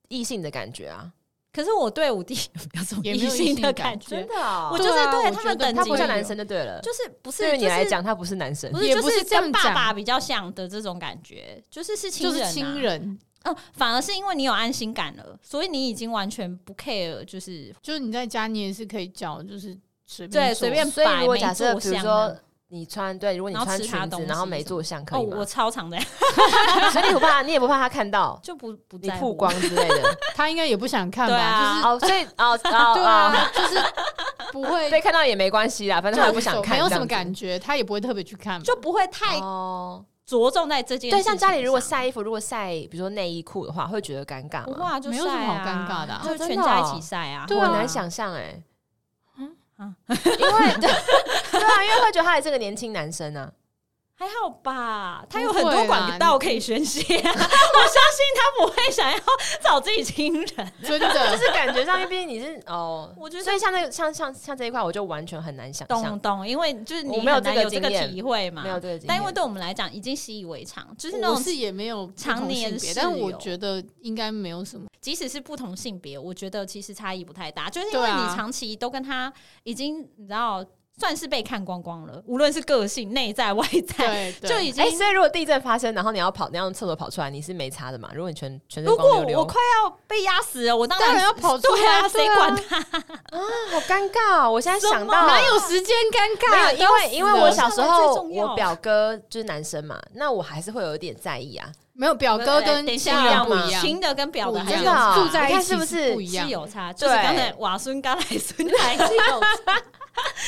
Speaker 2: 异性的感觉啊，
Speaker 3: 可是我对我弟也没有什么
Speaker 1: 也没有异性
Speaker 3: 的
Speaker 1: 的
Speaker 3: 感
Speaker 1: 感
Speaker 3: 觉，
Speaker 2: 的哦、
Speaker 3: 我就是
Speaker 1: 对啊
Speaker 3: 对
Speaker 1: 我
Speaker 3: 他
Speaker 1: 觉
Speaker 3: 们
Speaker 1: 得
Speaker 3: 等级
Speaker 2: 他不
Speaker 1: 是
Speaker 2: 像男生就对了。
Speaker 3: 就是不是
Speaker 2: 对于你来
Speaker 3: 就是
Speaker 2: 讲，他不是男生
Speaker 3: 不，是，
Speaker 1: 也
Speaker 3: 就
Speaker 1: 不是这样
Speaker 3: 跟爸
Speaker 1: 讲
Speaker 3: 爸比较像的这种感觉，就是是亲
Speaker 1: 就
Speaker 3: 人、
Speaker 1: 是
Speaker 3: 啊，
Speaker 1: 亲人，
Speaker 3: 嗯、反而是因为你有安心感了，所以你已经完全不 care，就是
Speaker 1: 就是你在家你也是可以叫，就是随便
Speaker 3: 对
Speaker 1: 做
Speaker 3: 随便
Speaker 2: 所以
Speaker 3: 摆
Speaker 2: 如果
Speaker 3: 没
Speaker 2: 假设，
Speaker 3: 做
Speaker 2: 比如
Speaker 3: 香
Speaker 2: 说
Speaker 3: 啊
Speaker 2: 你穿对，如果你
Speaker 3: 然后
Speaker 2: 穿
Speaker 3: 吃
Speaker 2: 裙
Speaker 3: 他东
Speaker 2: 子
Speaker 3: 西
Speaker 2: 然后没
Speaker 3: 什么
Speaker 2: 坐相，可
Speaker 3: 哦，
Speaker 2: 以吗？
Speaker 3: 我超常的，
Speaker 2: 所以你不怕，你也不怕他看到
Speaker 3: 就不不
Speaker 2: 你
Speaker 3: 在
Speaker 2: 曝
Speaker 3: 乎
Speaker 2: 光之类的。
Speaker 1: 他应该也不想看
Speaker 3: 对
Speaker 1: 吧？就
Speaker 3: 啊
Speaker 1: 是
Speaker 2: 哦，所以哦哦
Speaker 1: 对
Speaker 2: 哦，
Speaker 1: 啊，就是不 会
Speaker 2: 被看到也没关系啦，反正他也不想看，
Speaker 1: 没有什么感觉，他也不会特别去看吧。
Speaker 3: 就不会
Speaker 2: 这样
Speaker 3: 太
Speaker 2: 子。哦，
Speaker 3: 着重在这件事
Speaker 2: 对，
Speaker 3: 情
Speaker 2: 像
Speaker 3: 上。
Speaker 2: 家里如果晒衣服，如果晒比如说内衣裤的话，会觉得尴尬
Speaker 3: 不会
Speaker 2: 吗？
Speaker 3: 啊，就
Speaker 1: 没有什么
Speaker 3: 晒
Speaker 1: 好
Speaker 3: 啊
Speaker 1: 尴尬的啊
Speaker 3: 就
Speaker 2: 啊真
Speaker 3: 全
Speaker 2: 的
Speaker 3: 家一
Speaker 2: 哦
Speaker 3: 起晒啊，
Speaker 1: 对
Speaker 2: 我
Speaker 1: 啊
Speaker 2: 难想象哎，
Speaker 1: 嗯
Speaker 3: 啊
Speaker 2: 因为对啊，因为会觉得他也是个年轻男生啊。
Speaker 3: 还好吧，他
Speaker 1: 不
Speaker 3: 有很多
Speaker 1: 会
Speaker 3: 管
Speaker 1: 啦
Speaker 3: 道可以宣泄啊、 我相信他不会想要找自己亲人。
Speaker 1: 真
Speaker 2: 就
Speaker 1: 的，
Speaker 2: 是感觉上，因为你是哦，
Speaker 3: 我觉得
Speaker 2: 所以像那个像像像这一块，我就完全很难想象
Speaker 3: 懂，懂，因为就是你
Speaker 2: 我没有
Speaker 3: 很难
Speaker 2: 这个
Speaker 3: 有这个
Speaker 2: 经验
Speaker 3: 体会嘛，
Speaker 2: 没有这个经验。
Speaker 3: 但因为对我们来讲已经习以为常，就是那
Speaker 1: 我
Speaker 3: 种
Speaker 1: 是也没有不同
Speaker 3: 常年
Speaker 1: 性别，
Speaker 3: 室
Speaker 1: 但我
Speaker 3: 友
Speaker 1: 觉得应该没有什么。
Speaker 3: 即使是不同性别，我觉得其实差异不太大，就是因
Speaker 1: 对
Speaker 3: 为
Speaker 1: 啊
Speaker 3: 你长期都跟他已经你知道算是被看光光了，无论是个性、内在、外在，
Speaker 1: 对，对
Speaker 3: 就已经
Speaker 2: 哎、。所以如果地震发生，然后你要跑，你要从厕所跑出来，你是没差的嘛？如果你全全身
Speaker 3: 如
Speaker 2: 光
Speaker 3: 果
Speaker 2: 溜溜，
Speaker 3: 我快要被压死了，我当
Speaker 1: 当然
Speaker 3: 然
Speaker 1: 要跑出
Speaker 3: 对啊，
Speaker 1: 来，
Speaker 3: 谁
Speaker 1: 对啊
Speaker 3: 管他？
Speaker 2: 啊好尴尬、哦！我现在想到
Speaker 1: 哪有时间尴
Speaker 2: 没
Speaker 1: 尬？
Speaker 2: 有，因为因为我小时
Speaker 3: 上班
Speaker 2: 候
Speaker 3: 最重要
Speaker 2: 我表哥就是男生嘛，那我还是会有一点在意 啊。
Speaker 1: 没有表哥跟
Speaker 3: 等一
Speaker 1: 亲
Speaker 3: 下
Speaker 1: 人
Speaker 3: 啊
Speaker 1: 不一样，
Speaker 3: 亲的跟表的还
Speaker 2: 真
Speaker 3: 有
Speaker 2: 的啊
Speaker 3: 差
Speaker 1: 住在
Speaker 2: 你看
Speaker 1: 一
Speaker 2: 是
Speaker 1: 起
Speaker 2: 不是
Speaker 1: 不一样
Speaker 3: 是？有差，就是
Speaker 2: 对
Speaker 3: 刚才瓦孙刚来 孙来 是有差，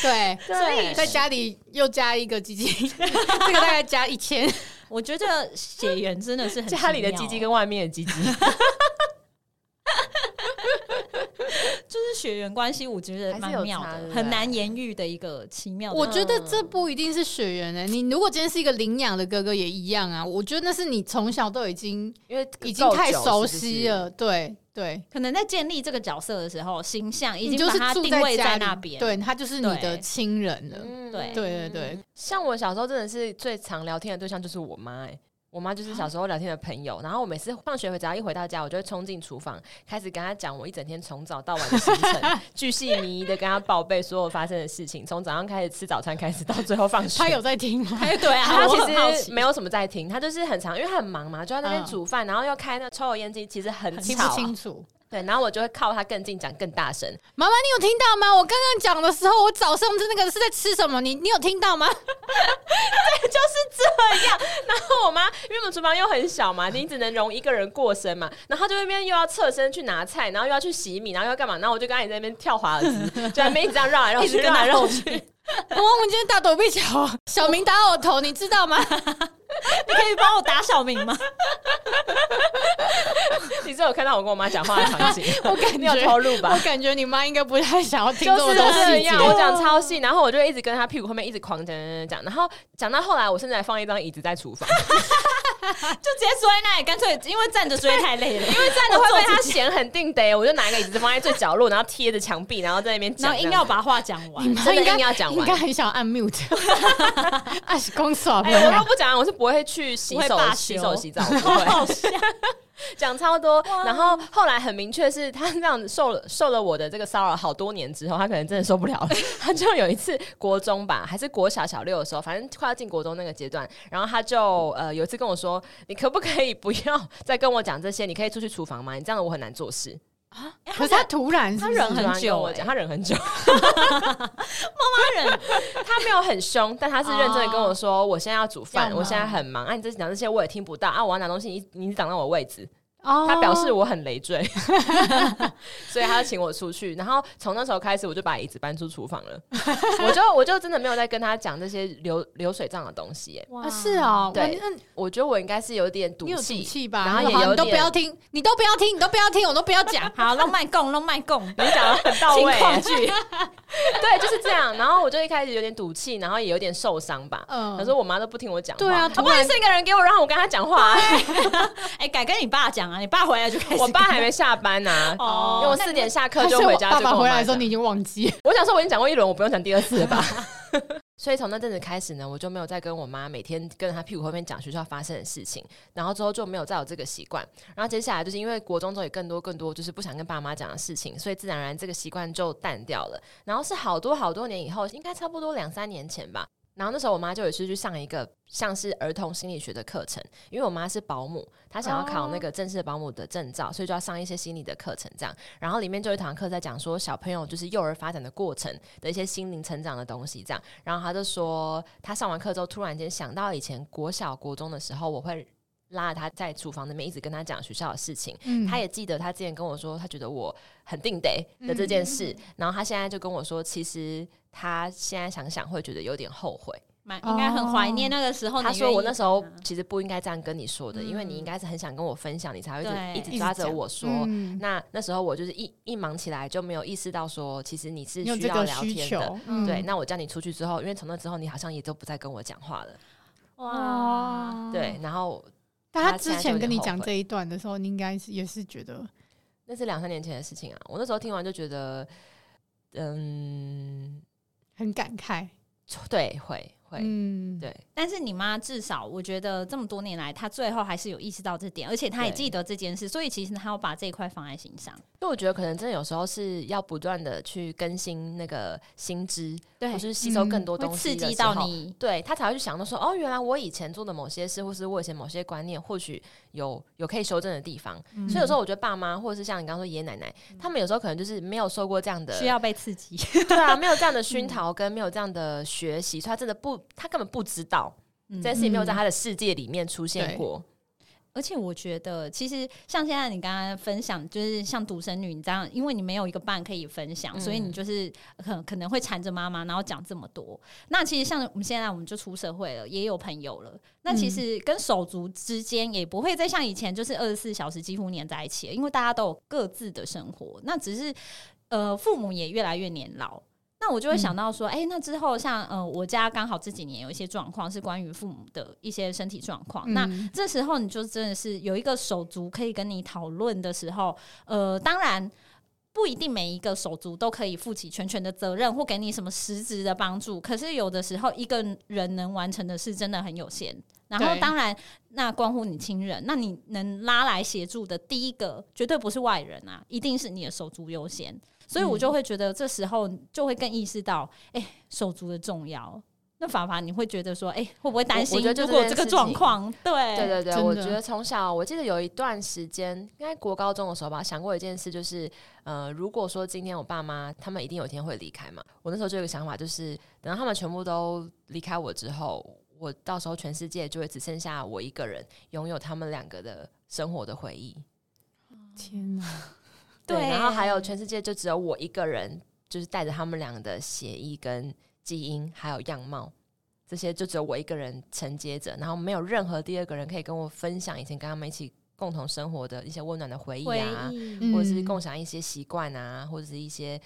Speaker 1: 对，
Speaker 3: 所以
Speaker 1: 在家里又加一个基金， 这个大概加一千，
Speaker 3: 我觉得血缘真的是很
Speaker 2: 家里的
Speaker 3: 奇妙
Speaker 2: 鸡鸡跟外面的鸡 鸡，
Speaker 3: 就是血缘关系，我觉得蛮妙
Speaker 2: 还是有
Speaker 3: 的，
Speaker 2: 差
Speaker 3: 很难言喻的一个奇妙的。
Speaker 1: 我觉得这不一定是血缘的。你如果今天是一个领养的哥哥也一样啊，我觉得那是你从小都已经
Speaker 2: 因为
Speaker 1: 已经
Speaker 2: 够久
Speaker 1: 太熟
Speaker 2: 是不是
Speaker 1: 悉了，对对，
Speaker 3: 可能在建立这个角色的时候，形象已
Speaker 1: 你
Speaker 3: 经
Speaker 1: 就
Speaker 3: 把
Speaker 1: 是
Speaker 3: 它
Speaker 1: 住
Speaker 3: 定位
Speaker 1: 家
Speaker 3: 在
Speaker 1: 里
Speaker 3: 那边。
Speaker 1: 对他就是你的
Speaker 3: 对
Speaker 1: 亲人了。
Speaker 2: 嗯
Speaker 3: 对
Speaker 1: 对对对，
Speaker 2: 像我小时候真的是最常聊天的对象就是我妈、哎，我妈就是小时候聊天的朋友。然后我每次放学回只要一回到家，我就会冲进厨房，开始跟她讲我一整天从早到晚的 行程，巨细靡遗的跟她报备所有发生的事情，从早上开始吃早餐开始到最后放学。
Speaker 1: 他有在听吗？
Speaker 3: 哎， 对啊，
Speaker 2: 她
Speaker 3: 我很好
Speaker 2: 其实
Speaker 3: 奇
Speaker 2: 没有什么在听，她就是很常，因为她很忙嘛，就在那边
Speaker 1: 嗯
Speaker 2: 煮饭，然后要开那个抽油烟机，其 实很
Speaker 1: 听
Speaker 2: 吵
Speaker 1: 不
Speaker 2: 啊、
Speaker 1: 清楚。
Speaker 2: 对，然后我就会靠她更近讲更大声，
Speaker 1: 妈妈，你有听到吗？我刚刚讲的时候，我早上那个是在吃什么？你你有听到吗？
Speaker 2: 然后我妈，因为我们厨房又很小嘛，你只能容一个人过身嘛，然后她就那边又要侧身去拿菜，然后又要去洗米，然后又要干嘛，然后我就跟她一直在那边跳华尔兹，就在那边一直这样绕来绕
Speaker 3: 一直
Speaker 2: 去，
Speaker 3: 跟
Speaker 2: 绕
Speaker 3: 他
Speaker 2: 来绕
Speaker 3: 后
Speaker 2: 去。
Speaker 3: 去，你
Speaker 1: 我我们今天打躲避球，小明打我头，你知道 吗？
Speaker 3: 可以帮我打小明吗？
Speaker 2: 你是有看到我跟我妈讲话的场景？我
Speaker 1: 感觉
Speaker 2: 你有投入吧
Speaker 1: 我？感觉你妈应该不太想要听
Speaker 2: 就
Speaker 1: 这么
Speaker 2: 是
Speaker 1: 多
Speaker 2: 这
Speaker 1: 细节
Speaker 2: 样，。我讲超细，然后我就一直跟她屁股后面一直狂讲讲讲讲，然后讲到后来，我甚至还放一张椅子在厨房。
Speaker 3: 就直接坐在那里，干脆因为站着追太累了，因 为
Speaker 2: 但我会被他
Speaker 3: 他，
Speaker 2: 嫌很定得，我就拿一个椅子放在最角落，然后贴着墙壁，然后在那边讲这样
Speaker 3: 然后
Speaker 2: 子，
Speaker 3: 硬要把话讲完。
Speaker 2: 真的硬要讲
Speaker 1: 应该
Speaker 2: 完。
Speaker 1: 很想按 mute，啊，是公耍朋
Speaker 2: 哎，我
Speaker 1: 友
Speaker 2: 若。不讲完，我是不会去洗
Speaker 3: 不
Speaker 2: 手
Speaker 3: 会哦罢、休
Speaker 2: 洗手、洗澡，我不会 讲超多。然后后来很明确是他这样子受了受了我的这个骚扰好多年之后，他可能真的受不了 了。他就有一次国中吧，还是国小小六的时候，反正快要进国中那个阶段，然后他就呃有一次跟我说：“你可不可以不要再跟我讲这些？你可以出去厨房吗？你这样我很难做事。”
Speaker 1: 可是他突然是不啊是，
Speaker 3: 他忍很久
Speaker 2: 我
Speaker 3: 欸
Speaker 2: 讲他忍很久，
Speaker 3: 他人
Speaker 2: 他没有很凶，但他是认真的跟我说：“我现在要煮饭，
Speaker 3: 要
Speaker 2: 我
Speaker 3: 忙。
Speaker 2: 现在很忙。啊，你这讲这些我也听不到啊，我要拿东西，你你挡到我位置。”
Speaker 1: 哦
Speaker 2: 他表示我很累赘， 所以他就请我出去。然后从那时候开始，我就把椅子搬出厨房了。我就我就真的没有再跟他讲这些流流水账的东西耶。
Speaker 1: 啊是，哦，
Speaker 2: 对
Speaker 1: 哇你那
Speaker 2: 我觉得我应该是有点赌
Speaker 1: 你有
Speaker 2: 气
Speaker 1: 底，气吧？
Speaker 2: 然后
Speaker 1: 你说好
Speaker 2: 也有
Speaker 1: 你都
Speaker 2: 点
Speaker 1: 不要听，你都不要听，你都不要听，我都不要讲
Speaker 3: 好，弄卖供，弄卖供，
Speaker 2: 你讲的很到位
Speaker 3: 情况
Speaker 2: 耶。 对，就是这样。然后我就一开始有点赌气，然后也有点受伤吧。
Speaker 1: 嗯
Speaker 2: 可是我妈都不听我讲话，
Speaker 1: 对啊
Speaker 2: 她不
Speaker 1: 突然
Speaker 2: 好意思一个人给我，让我跟她讲话啊。
Speaker 3: 哎，改跟你爸讲啊，你爸回来就开 始。
Speaker 2: 我爸还没下班呢、因
Speaker 3: 哦
Speaker 2: 为我四点下课
Speaker 1: 但是
Speaker 2: 就
Speaker 1: 我
Speaker 2: 回家，
Speaker 1: 爸
Speaker 2: 就跟
Speaker 1: 爸
Speaker 2: 我
Speaker 1: 回
Speaker 2: 妈
Speaker 1: 来的时候，
Speaker 2: 讲
Speaker 1: 你已经忘记了。
Speaker 2: 我想说我已经讲过一轮，我不用讲第二次 了吧。所以从那阵子开始呢，我就没有再跟我妈每天跟她屁股后面讲学校发生的事情，然后之后就没有再有这个习惯。然后接下来就是因为国中之后也更多更多就是不想跟爸妈讲的事情，所以自然而然这个习惯就淡掉了。然后是好多好多年以后，应该差不多两三年前吧。然后那时候我妈就有一次去上一个像是儿童心理学的课程，因为我妈是保姆，她想要考那个正式保姆的证照，所以就要上一些心理的课程这样。然后里面就有一堂课在讲说小朋友就是幼儿发展的过程的一些心灵成长的东西这样。然后她就说，她上完课之后突然间想到以前国小国中的时候，我会拉着她在厨房那边一直跟她讲学校的事情，
Speaker 1: 嗯
Speaker 2: 他也记得他之前跟我说，他觉得我很定得的这件
Speaker 1: 嗯
Speaker 2: 事，然后他现在就跟我说，其实他现在想想会觉得有点后悔。
Speaker 3: 蛮应该很怀念那个
Speaker 1: 哦
Speaker 3: 时候。
Speaker 2: 他说我那时候
Speaker 1: 啊
Speaker 3: 嗯
Speaker 2: 其实不应该这样跟你说的，因为你
Speaker 3: 嗯
Speaker 2: 应该是很想跟我分享，你才会
Speaker 3: 对
Speaker 2: 一直一直
Speaker 1: 一直
Speaker 2: 抓着
Speaker 1: 讲
Speaker 2: 我说。
Speaker 1: 嗯
Speaker 2: 那那时候我就是一一忙起来就没有意识到说，其实你是
Speaker 1: 你有
Speaker 2: 需
Speaker 1: 这
Speaker 2: 要
Speaker 1: 个
Speaker 2: 聊
Speaker 1: 需
Speaker 2: 天的。
Speaker 1: 求，
Speaker 3: 嗯
Speaker 2: 对，那我叫你出去之后，因为从那之后你好像也都不再跟我讲话了。
Speaker 3: 哇，，
Speaker 1: 哦
Speaker 2: 对，然后
Speaker 1: 但
Speaker 2: 他
Speaker 1: 他之
Speaker 2: 现在就有
Speaker 1: 前
Speaker 2: 点
Speaker 1: 跟你
Speaker 2: 后
Speaker 1: 讲
Speaker 2: 悔
Speaker 1: 这一段的时候，你应该是也是觉得
Speaker 2: 那是两三年前的事情啊，我那时候听完就觉得，嗯，
Speaker 1: 很感慨。
Speaker 2: 对，会会，
Speaker 1: 嗯，
Speaker 2: 对，
Speaker 3: 但是你妈至少，我觉得这么多年来，她最后还是有意识到这点，而且她也
Speaker 2: 对
Speaker 3: 记得这件事，所以其实她要把这一块放在心上。
Speaker 2: 因为我觉得可能真的有时候是要不断的去更新那个新知，
Speaker 3: 对
Speaker 2: 或是吸收更
Speaker 1: 嗯
Speaker 2: 多
Speaker 3: 会
Speaker 2: 东西、
Speaker 3: 刺激到。你。
Speaker 2: 对他才会去想到说，哦，原来我以前做的某些事，或是我以前某些观念，或许有有可以修正的地方。所以有时候我觉得爸妈，或者是像你刚刚说爷爷奶奶，他们有时候可能就是没有受过这样的
Speaker 3: 嗯需要嗯被刺激，
Speaker 2: 对啊，没有这样的熏陶跟没有这样的学习，所以他真的不，他根本不知道、
Speaker 3: 嗯
Speaker 2: 这件事情没有在他的世界里面出现
Speaker 1: 对
Speaker 2: 过。
Speaker 3: 而且我觉得，其实像现在你刚刚分享，就是像独生女，你这样，因为你没有一个伴可以分享，
Speaker 2: 嗯
Speaker 3: 所以你就是可可能会缠着妈妈，然后讲这么多。那其实像我们现在，我们就出社会了，也有朋友了。那其实跟手足之间也不会再像以前，就是二十四小时几乎黏在一起了，因为大家都有各自的生活。那只是呃，父母也越来越年老。那我就会想到说，哎、那之后像呃，我家刚好这几年有一些状况是关于父母的一些身体状况，那
Speaker 1: 嗯
Speaker 3: 这时候你就真的是有一个手足可以跟你讨论的时候，呃，当然不一定每一个手足都可以负起全权的责任或给你什么实质的帮助，可是有的时候一个人能完成的事真的很有限。然后
Speaker 1: 对
Speaker 3: 当然，那关乎你亲人，那你能拉来协助的第一个绝对不是外人啊，一定是你的手足优先。所以我
Speaker 2: 嗯
Speaker 3: 就会觉得这时候就会更意识到，哎、手足的重要。那法法，你会觉得说，哎、会不会担
Speaker 2: 我
Speaker 3: 心？
Speaker 2: 我觉得就
Speaker 3: 如果
Speaker 2: 这件
Speaker 3: 这个
Speaker 2: 事情
Speaker 3: 状况，对
Speaker 2: 对对对，
Speaker 1: 真
Speaker 2: 我觉
Speaker 1: 的
Speaker 2: 得从小我记得有一段时间，应该国高中的时候吧，想过一件事，就是呃，如果说今天我爸妈他们一定有一天会离开嘛，我那时候就有一个想法，就是等到他们全部都离开我之后，我到时候全世界就会只剩下我一个人拥有他们两个的生活的回忆。
Speaker 1: 天 哪，
Speaker 2: 对，
Speaker 3: 对
Speaker 2: 然后还有全世界就只有我一个人，就是带着他们俩的血液跟基因，还有样貌，这些就只有我一个人承接着，然后没有任何第二个人可以跟我分享以前跟他们一起共同生活的一些温暖的回忆
Speaker 3: 回
Speaker 2: 啊，
Speaker 3: 忆
Speaker 1: 嗯
Speaker 2: 或者是共享一些习惯啊，或者是一些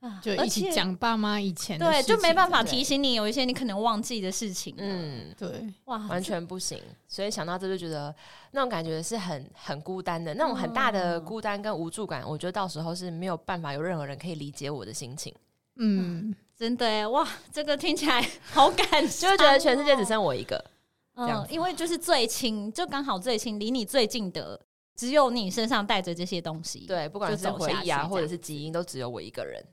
Speaker 3: 啊
Speaker 1: 就一起。讲爸妈以前的
Speaker 3: 而且对，
Speaker 1: 事情
Speaker 3: 就没办法
Speaker 2: 对
Speaker 3: 提醒你有一些你可能忘记的事情。嗯，
Speaker 2: 嗯，
Speaker 1: 对，
Speaker 3: 哇，
Speaker 2: 完全不行。所以想到这就觉得那种感觉是很很孤单的，那种很大的孤单跟无助感，我觉得到时候是没有办法有任何人可以理解我的心情，
Speaker 1: 嗯，
Speaker 3: 真的耶哇，这个听起来 好感伤哦，
Speaker 2: 就会觉得全世界只 剩我一个。这样
Speaker 3: 嗯
Speaker 2: 子，
Speaker 3: 因为就是最亲，就刚好最亲，离你最近的，只有你身上带着这些东西。，
Speaker 2: 对，不管
Speaker 3: 就是走
Speaker 2: 回
Speaker 3: 下
Speaker 2: 忆啊，
Speaker 3: 去
Speaker 2: 或者
Speaker 3: 这样
Speaker 2: 是基因，都只有我一个人。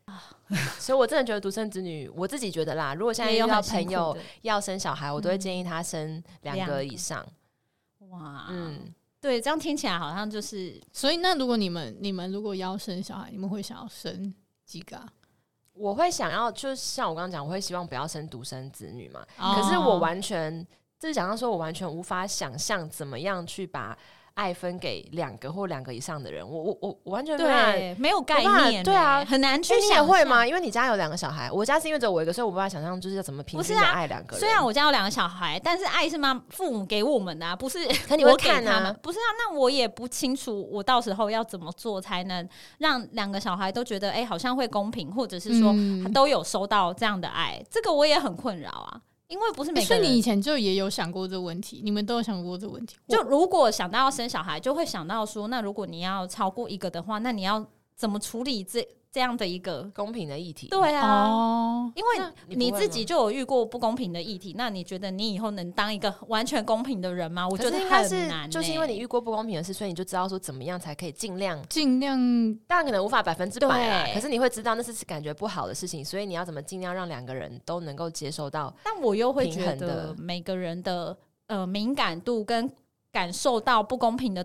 Speaker 2: 所以，我真的觉得独生子女，我自己觉得啦，如果现在
Speaker 3: 也有
Speaker 2: 遇到
Speaker 3: 很辛
Speaker 2: 朋
Speaker 3: 苦
Speaker 2: 友
Speaker 3: 的
Speaker 2: 要生小孩，我都会
Speaker 3: 嗯
Speaker 2: 建议他生两
Speaker 3: 两
Speaker 2: 个
Speaker 3: 个
Speaker 2: 以上。
Speaker 3: 哇，嗯，
Speaker 2: 嗯，
Speaker 3: 对，这样听起来好像就是
Speaker 1: 所以那如果你们你们如果要生小孩，你们会想要生几个啊？
Speaker 2: 我会想要，就像我刚刚讲，我会希望不要生独生子女嘛。
Speaker 1: 哦
Speaker 2: 可是我完全，就是讲到说，我完全无法想象怎么样去把爱分给两个或两个以上的人。我我我我完全没办法。
Speaker 3: 对，没有
Speaker 2: 没办
Speaker 3: 概
Speaker 2: 法
Speaker 3: 念，欸
Speaker 2: 对啊
Speaker 3: 很难去
Speaker 2: 哎你也
Speaker 3: 想
Speaker 2: 会
Speaker 3: 象
Speaker 2: 吗？？因为你家有两个小孩，我家是因为只有我一个，所以我无法想象就是要怎么平
Speaker 3: 不
Speaker 2: 均
Speaker 3: 是
Speaker 2: 的
Speaker 3: 啊
Speaker 2: 爱两个人。
Speaker 3: 虽然我家有两个小孩，但是爱是妈父母给我们的、啊，不是
Speaker 2: 可你会
Speaker 3: 我给
Speaker 2: 看
Speaker 3: 他
Speaker 2: 啊
Speaker 3: 们。，不是啊，那我也不清楚，我到时候要怎么做才能让两个小孩都觉得，哎、好像会公平，或者是说
Speaker 1: 嗯
Speaker 3: 都有收到这样的爱，这个我也很困扰啊。因为不是每
Speaker 1: 欸所
Speaker 3: 个
Speaker 1: 以
Speaker 3: 人，
Speaker 1: 你以前就也有想过这个问题，你们都有想过这个问题。
Speaker 3: 就如果想到要生小孩，就会想到说，那如果你要超过一个的话，那你要怎么处理这这样的一个？
Speaker 2: 公平的议题。
Speaker 3: 对
Speaker 1: 我
Speaker 3: 啊，
Speaker 1: 哦，
Speaker 3: 因为
Speaker 2: 你不
Speaker 3: 你
Speaker 2: 会
Speaker 3: 自
Speaker 2: 吗
Speaker 3: 己就有遇过不公平的议题，那你觉得你以后能当一个完全公平的人吗？我
Speaker 2: 可
Speaker 3: 觉
Speaker 2: 是
Speaker 3: 得
Speaker 2: 应
Speaker 3: 很
Speaker 2: 该
Speaker 3: 难
Speaker 2: 是
Speaker 3: 欸、
Speaker 2: 就是因为你遇过不公平的事，所以你就知道说怎么样才可以尽量。
Speaker 1: 尽量
Speaker 2: 当然可能无法百分之百啦，
Speaker 3: 对
Speaker 2: 可是你会知道那是感觉不好的事情，所以你要怎么尽量让两个人都能够接受到
Speaker 3: 但我又会觉
Speaker 2: 平衡的
Speaker 3: 得每个人的呃敏感度跟感受到不公平的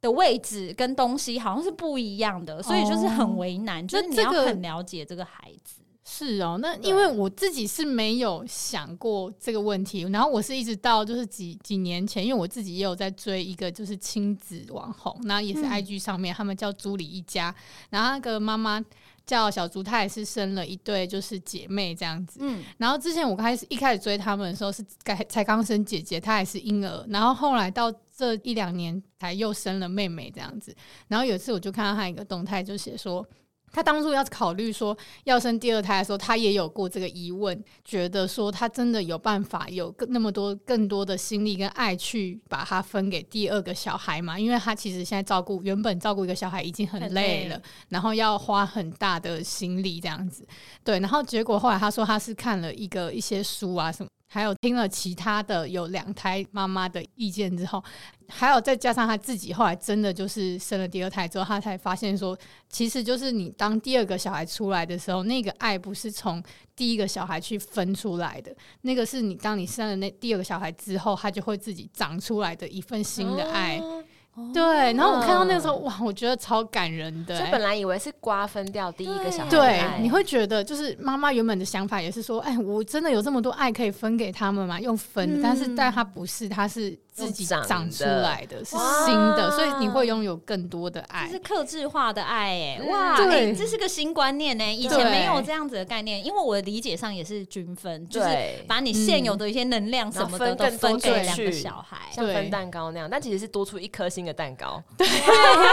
Speaker 3: 的位置跟东西好像是不一样的，所以就是
Speaker 2: 哦
Speaker 3: 很为难，就是你
Speaker 1: 这
Speaker 3: 要
Speaker 1: 个
Speaker 3: 很了解这个孩子。
Speaker 1: 是哦。那
Speaker 2: 对
Speaker 1: 因为我自己是没有想过这个问题，然后我是一直到就是几几年前，因为我自己也有在追一个就是亲子网红，那也是
Speaker 3: 嗯
Speaker 1: IG 上面，他们叫朱里一家，然后那个妈妈叫小竹，她也是生了一对就是姐妹这样子。
Speaker 3: 嗯，
Speaker 1: 然后之前我开始一开始追他们的时候是才才刚生姐姐，她还是婴儿，然后后来到这一两年才又生了妹妹这样子。然后有一次我就看到她一个动态，就写说。她当初要考虑说要生第二胎的时候，她也有过这个疑问，觉得说她真的有办法有更那么多更多的心力跟爱去把它分给第二个小孩嘛？因为她其实现在照顾原本照顾一个小孩已经很
Speaker 3: 很
Speaker 1: 累
Speaker 3: 累
Speaker 1: 了，然后要花很大的心力这样子。对，然后结果后来他说他是看了一个一些书啊什么，还有听了其他的有两胎妈妈的意见之后，还有再加上他自己后来真的就是生了第二胎之后，他才发现说，其实就是你当第二个小孩出来的时候，那个爱不是从第一个小孩去分出来的，那个是你当你生了那第二个小孩之后，他就会自己长出来的一份新的爱。
Speaker 2: 哦
Speaker 1: 对，然后我看到那个时候，哇，我觉得超感人的、
Speaker 2: 就
Speaker 1: 欸
Speaker 2: 本来以为是瓜分掉第一个小孩的
Speaker 1: 对
Speaker 2: 爱，
Speaker 1: 你会觉得就是妈妈原本的想法也是说，哎，我真的有这么多爱可以分给他们吗？用分的，
Speaker 3: 嗯
Speaker 1: 但是但它不是，它是自己
Speaker 2: 用长
Speaker 1: 长出
Speaker 2: 的
Speaker 1: 来的，是
Speaker 2: 哇
Speaker 1: 新的，所以你会拥有更多的
Speaker 3: 这
Speaker 1: 爱
Speaker 3: 是。克制化的爱、欸，
Speaker 2: 哎嗯
Speaker 3: 哇，
Speaker 1: 对
Speaker 3: 欸这是个新观念呢、以前
Speaker 1: 对
Speaker 3: 没有这样子的概念，因为我的理解上也是均分，就是
Speaker 2: 对，嗯
Speaker 3: 把你现有的一些能量什么的
Speaker 2: 然后分
Speaker 3: 都
Speaker 2: 更多
Speaker 3: 分
Speaker 2: 出
Speaker 3: 给两
Speaker 2: 去
Speaker 3: 个小 孩，
Speaker 2: 像
Speaker 1: 对
Speaker 2: 分蛋糕那样，但其实是多出一颗星的蛋糕。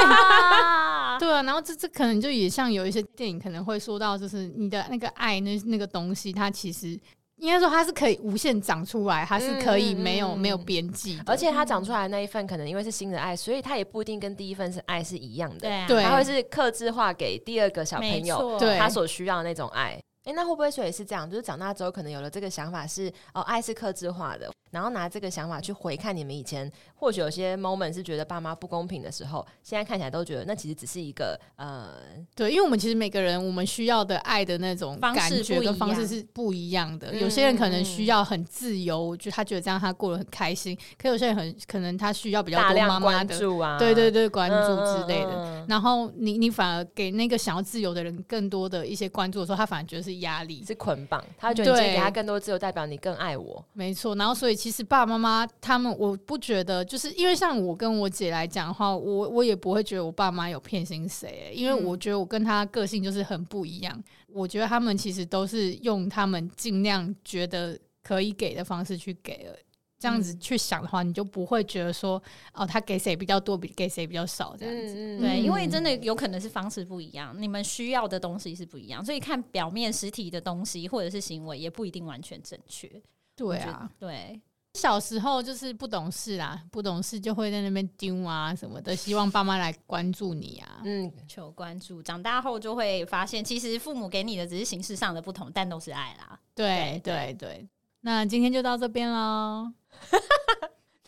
Speaker 3: 哇
Speaker 1: 对啊，然后这这可能就也像有一些电影可能会说到，就是你的那个爱那那个东西，它其实应该说它是可以无限长出来，它是可以
Speaker 2: 嗯嗯
Speaker 1: 没有、
Speaker 2: 嗯
Speaker 1: 没有边际的，
Speaker 2: 而且
Speaker 3: 嗯
Speaker 2: 它长出来的那一份，可能因为是新的爱，所以它也不一定跟第一份是爱是一样的，
Speaker 3: 对啊
Speaker 1: 对
Speaker 2: 它会是克制化给第二个小朋友
Speaker 3: 没错
Speaker 1: 对
Speaker 2: 他所需要的那种爱。诶，那会不会说也是这样？就是长大之后，可能有了这个想法是哦，爱是克制化的，然后拿这个想法去回看你们以前，或许有些 moment 是觉得爸妈不公平的时候，现在看起来都觉得那其实只是一个呃，
Speaker 1: 对，因为我们其实每个人我们需要的爱的那种
Speaker 3: 方
Speaker 1: 感
Speaker 3: 式
Speaker 1: 觉
Speaker 3: 不
Speaker 1: 跟
Speaker 3: 一
Speaker 1: 方式
Speaker 3: 样
Speaker 1: 是不一样的。有
Speaker 2: 嗯
Speaker 1: 些人可能
Speaker 2: 嗯
Speaker 1: 需要很自由，我觉得他觉得这样他过得很开心；，可有些人很可能他需要比较
Speaker 2: 大
Speaker 1: 多
Speaker 2: 量
Speaker 1: 妈妈
Speaker 2: 关
Speaker 1: 的，
Speaker 2: 注啊，
Speaker 1: 对对
Speaker 2: 嗯，
Speaker 1: 对，关注之类
Speaker 2: 嗯
Speaker 1: 的。
Speaker 2: 嗯嗯
Speaker 1: 然后你你反而给那个想要自由的人更多的一些关注的时候，他反而觉得是压力。
Speaker 2: 是捆绑，他觉得你今
Speaker 1: 对
Speaker 2: 天给他更多自由，代表你更爱我。
Speaker 1: 没错，然后所以其实爸爸妈妈他们，我不觉得，就是因为像我跟我姐来讲的话，我我也不会觉得我爸妈有偏心谁、欸因为
Speaker 2: 嗯
Speaker 1: 我觉得我跟他个性就是很不一样。我觉得他们其实都是用他们尽量觉得可以给的方式去给了这样
Speaker 3: 嗯
Speaker 1: 子去想的话，你就不会觉得说哦，他给谁比较多，比给谁比较少这样子。
Speaker 2: 嗯
Speaker 3: 对，啊
Speaker 1: 嗯
Speaker 3: 因为真的有可能是方式不一样，你们需要的东西是不一样，所以看表面实体的东西或者是行为也不一定完全正确。
Speaker 1: 对
Speaker 3: 我觉
Speaker 1: 啊
Speaker 3: 得，，对，
Speaker 1: 小时候就是不懂事啦，不懂事就会在那边丢啊什么的，希望爸妈来关注你啊。
Speaker 2: 嗯，
Speaker 3: 求关注。长大后就会发现，其实父母给你的只是形式上的不同，但都是爱啦。
Speaker 1: 对 对对，那今天就到这边喽。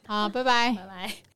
Speaker 1: 好，拜拜。
Speaker 3: 拜拜。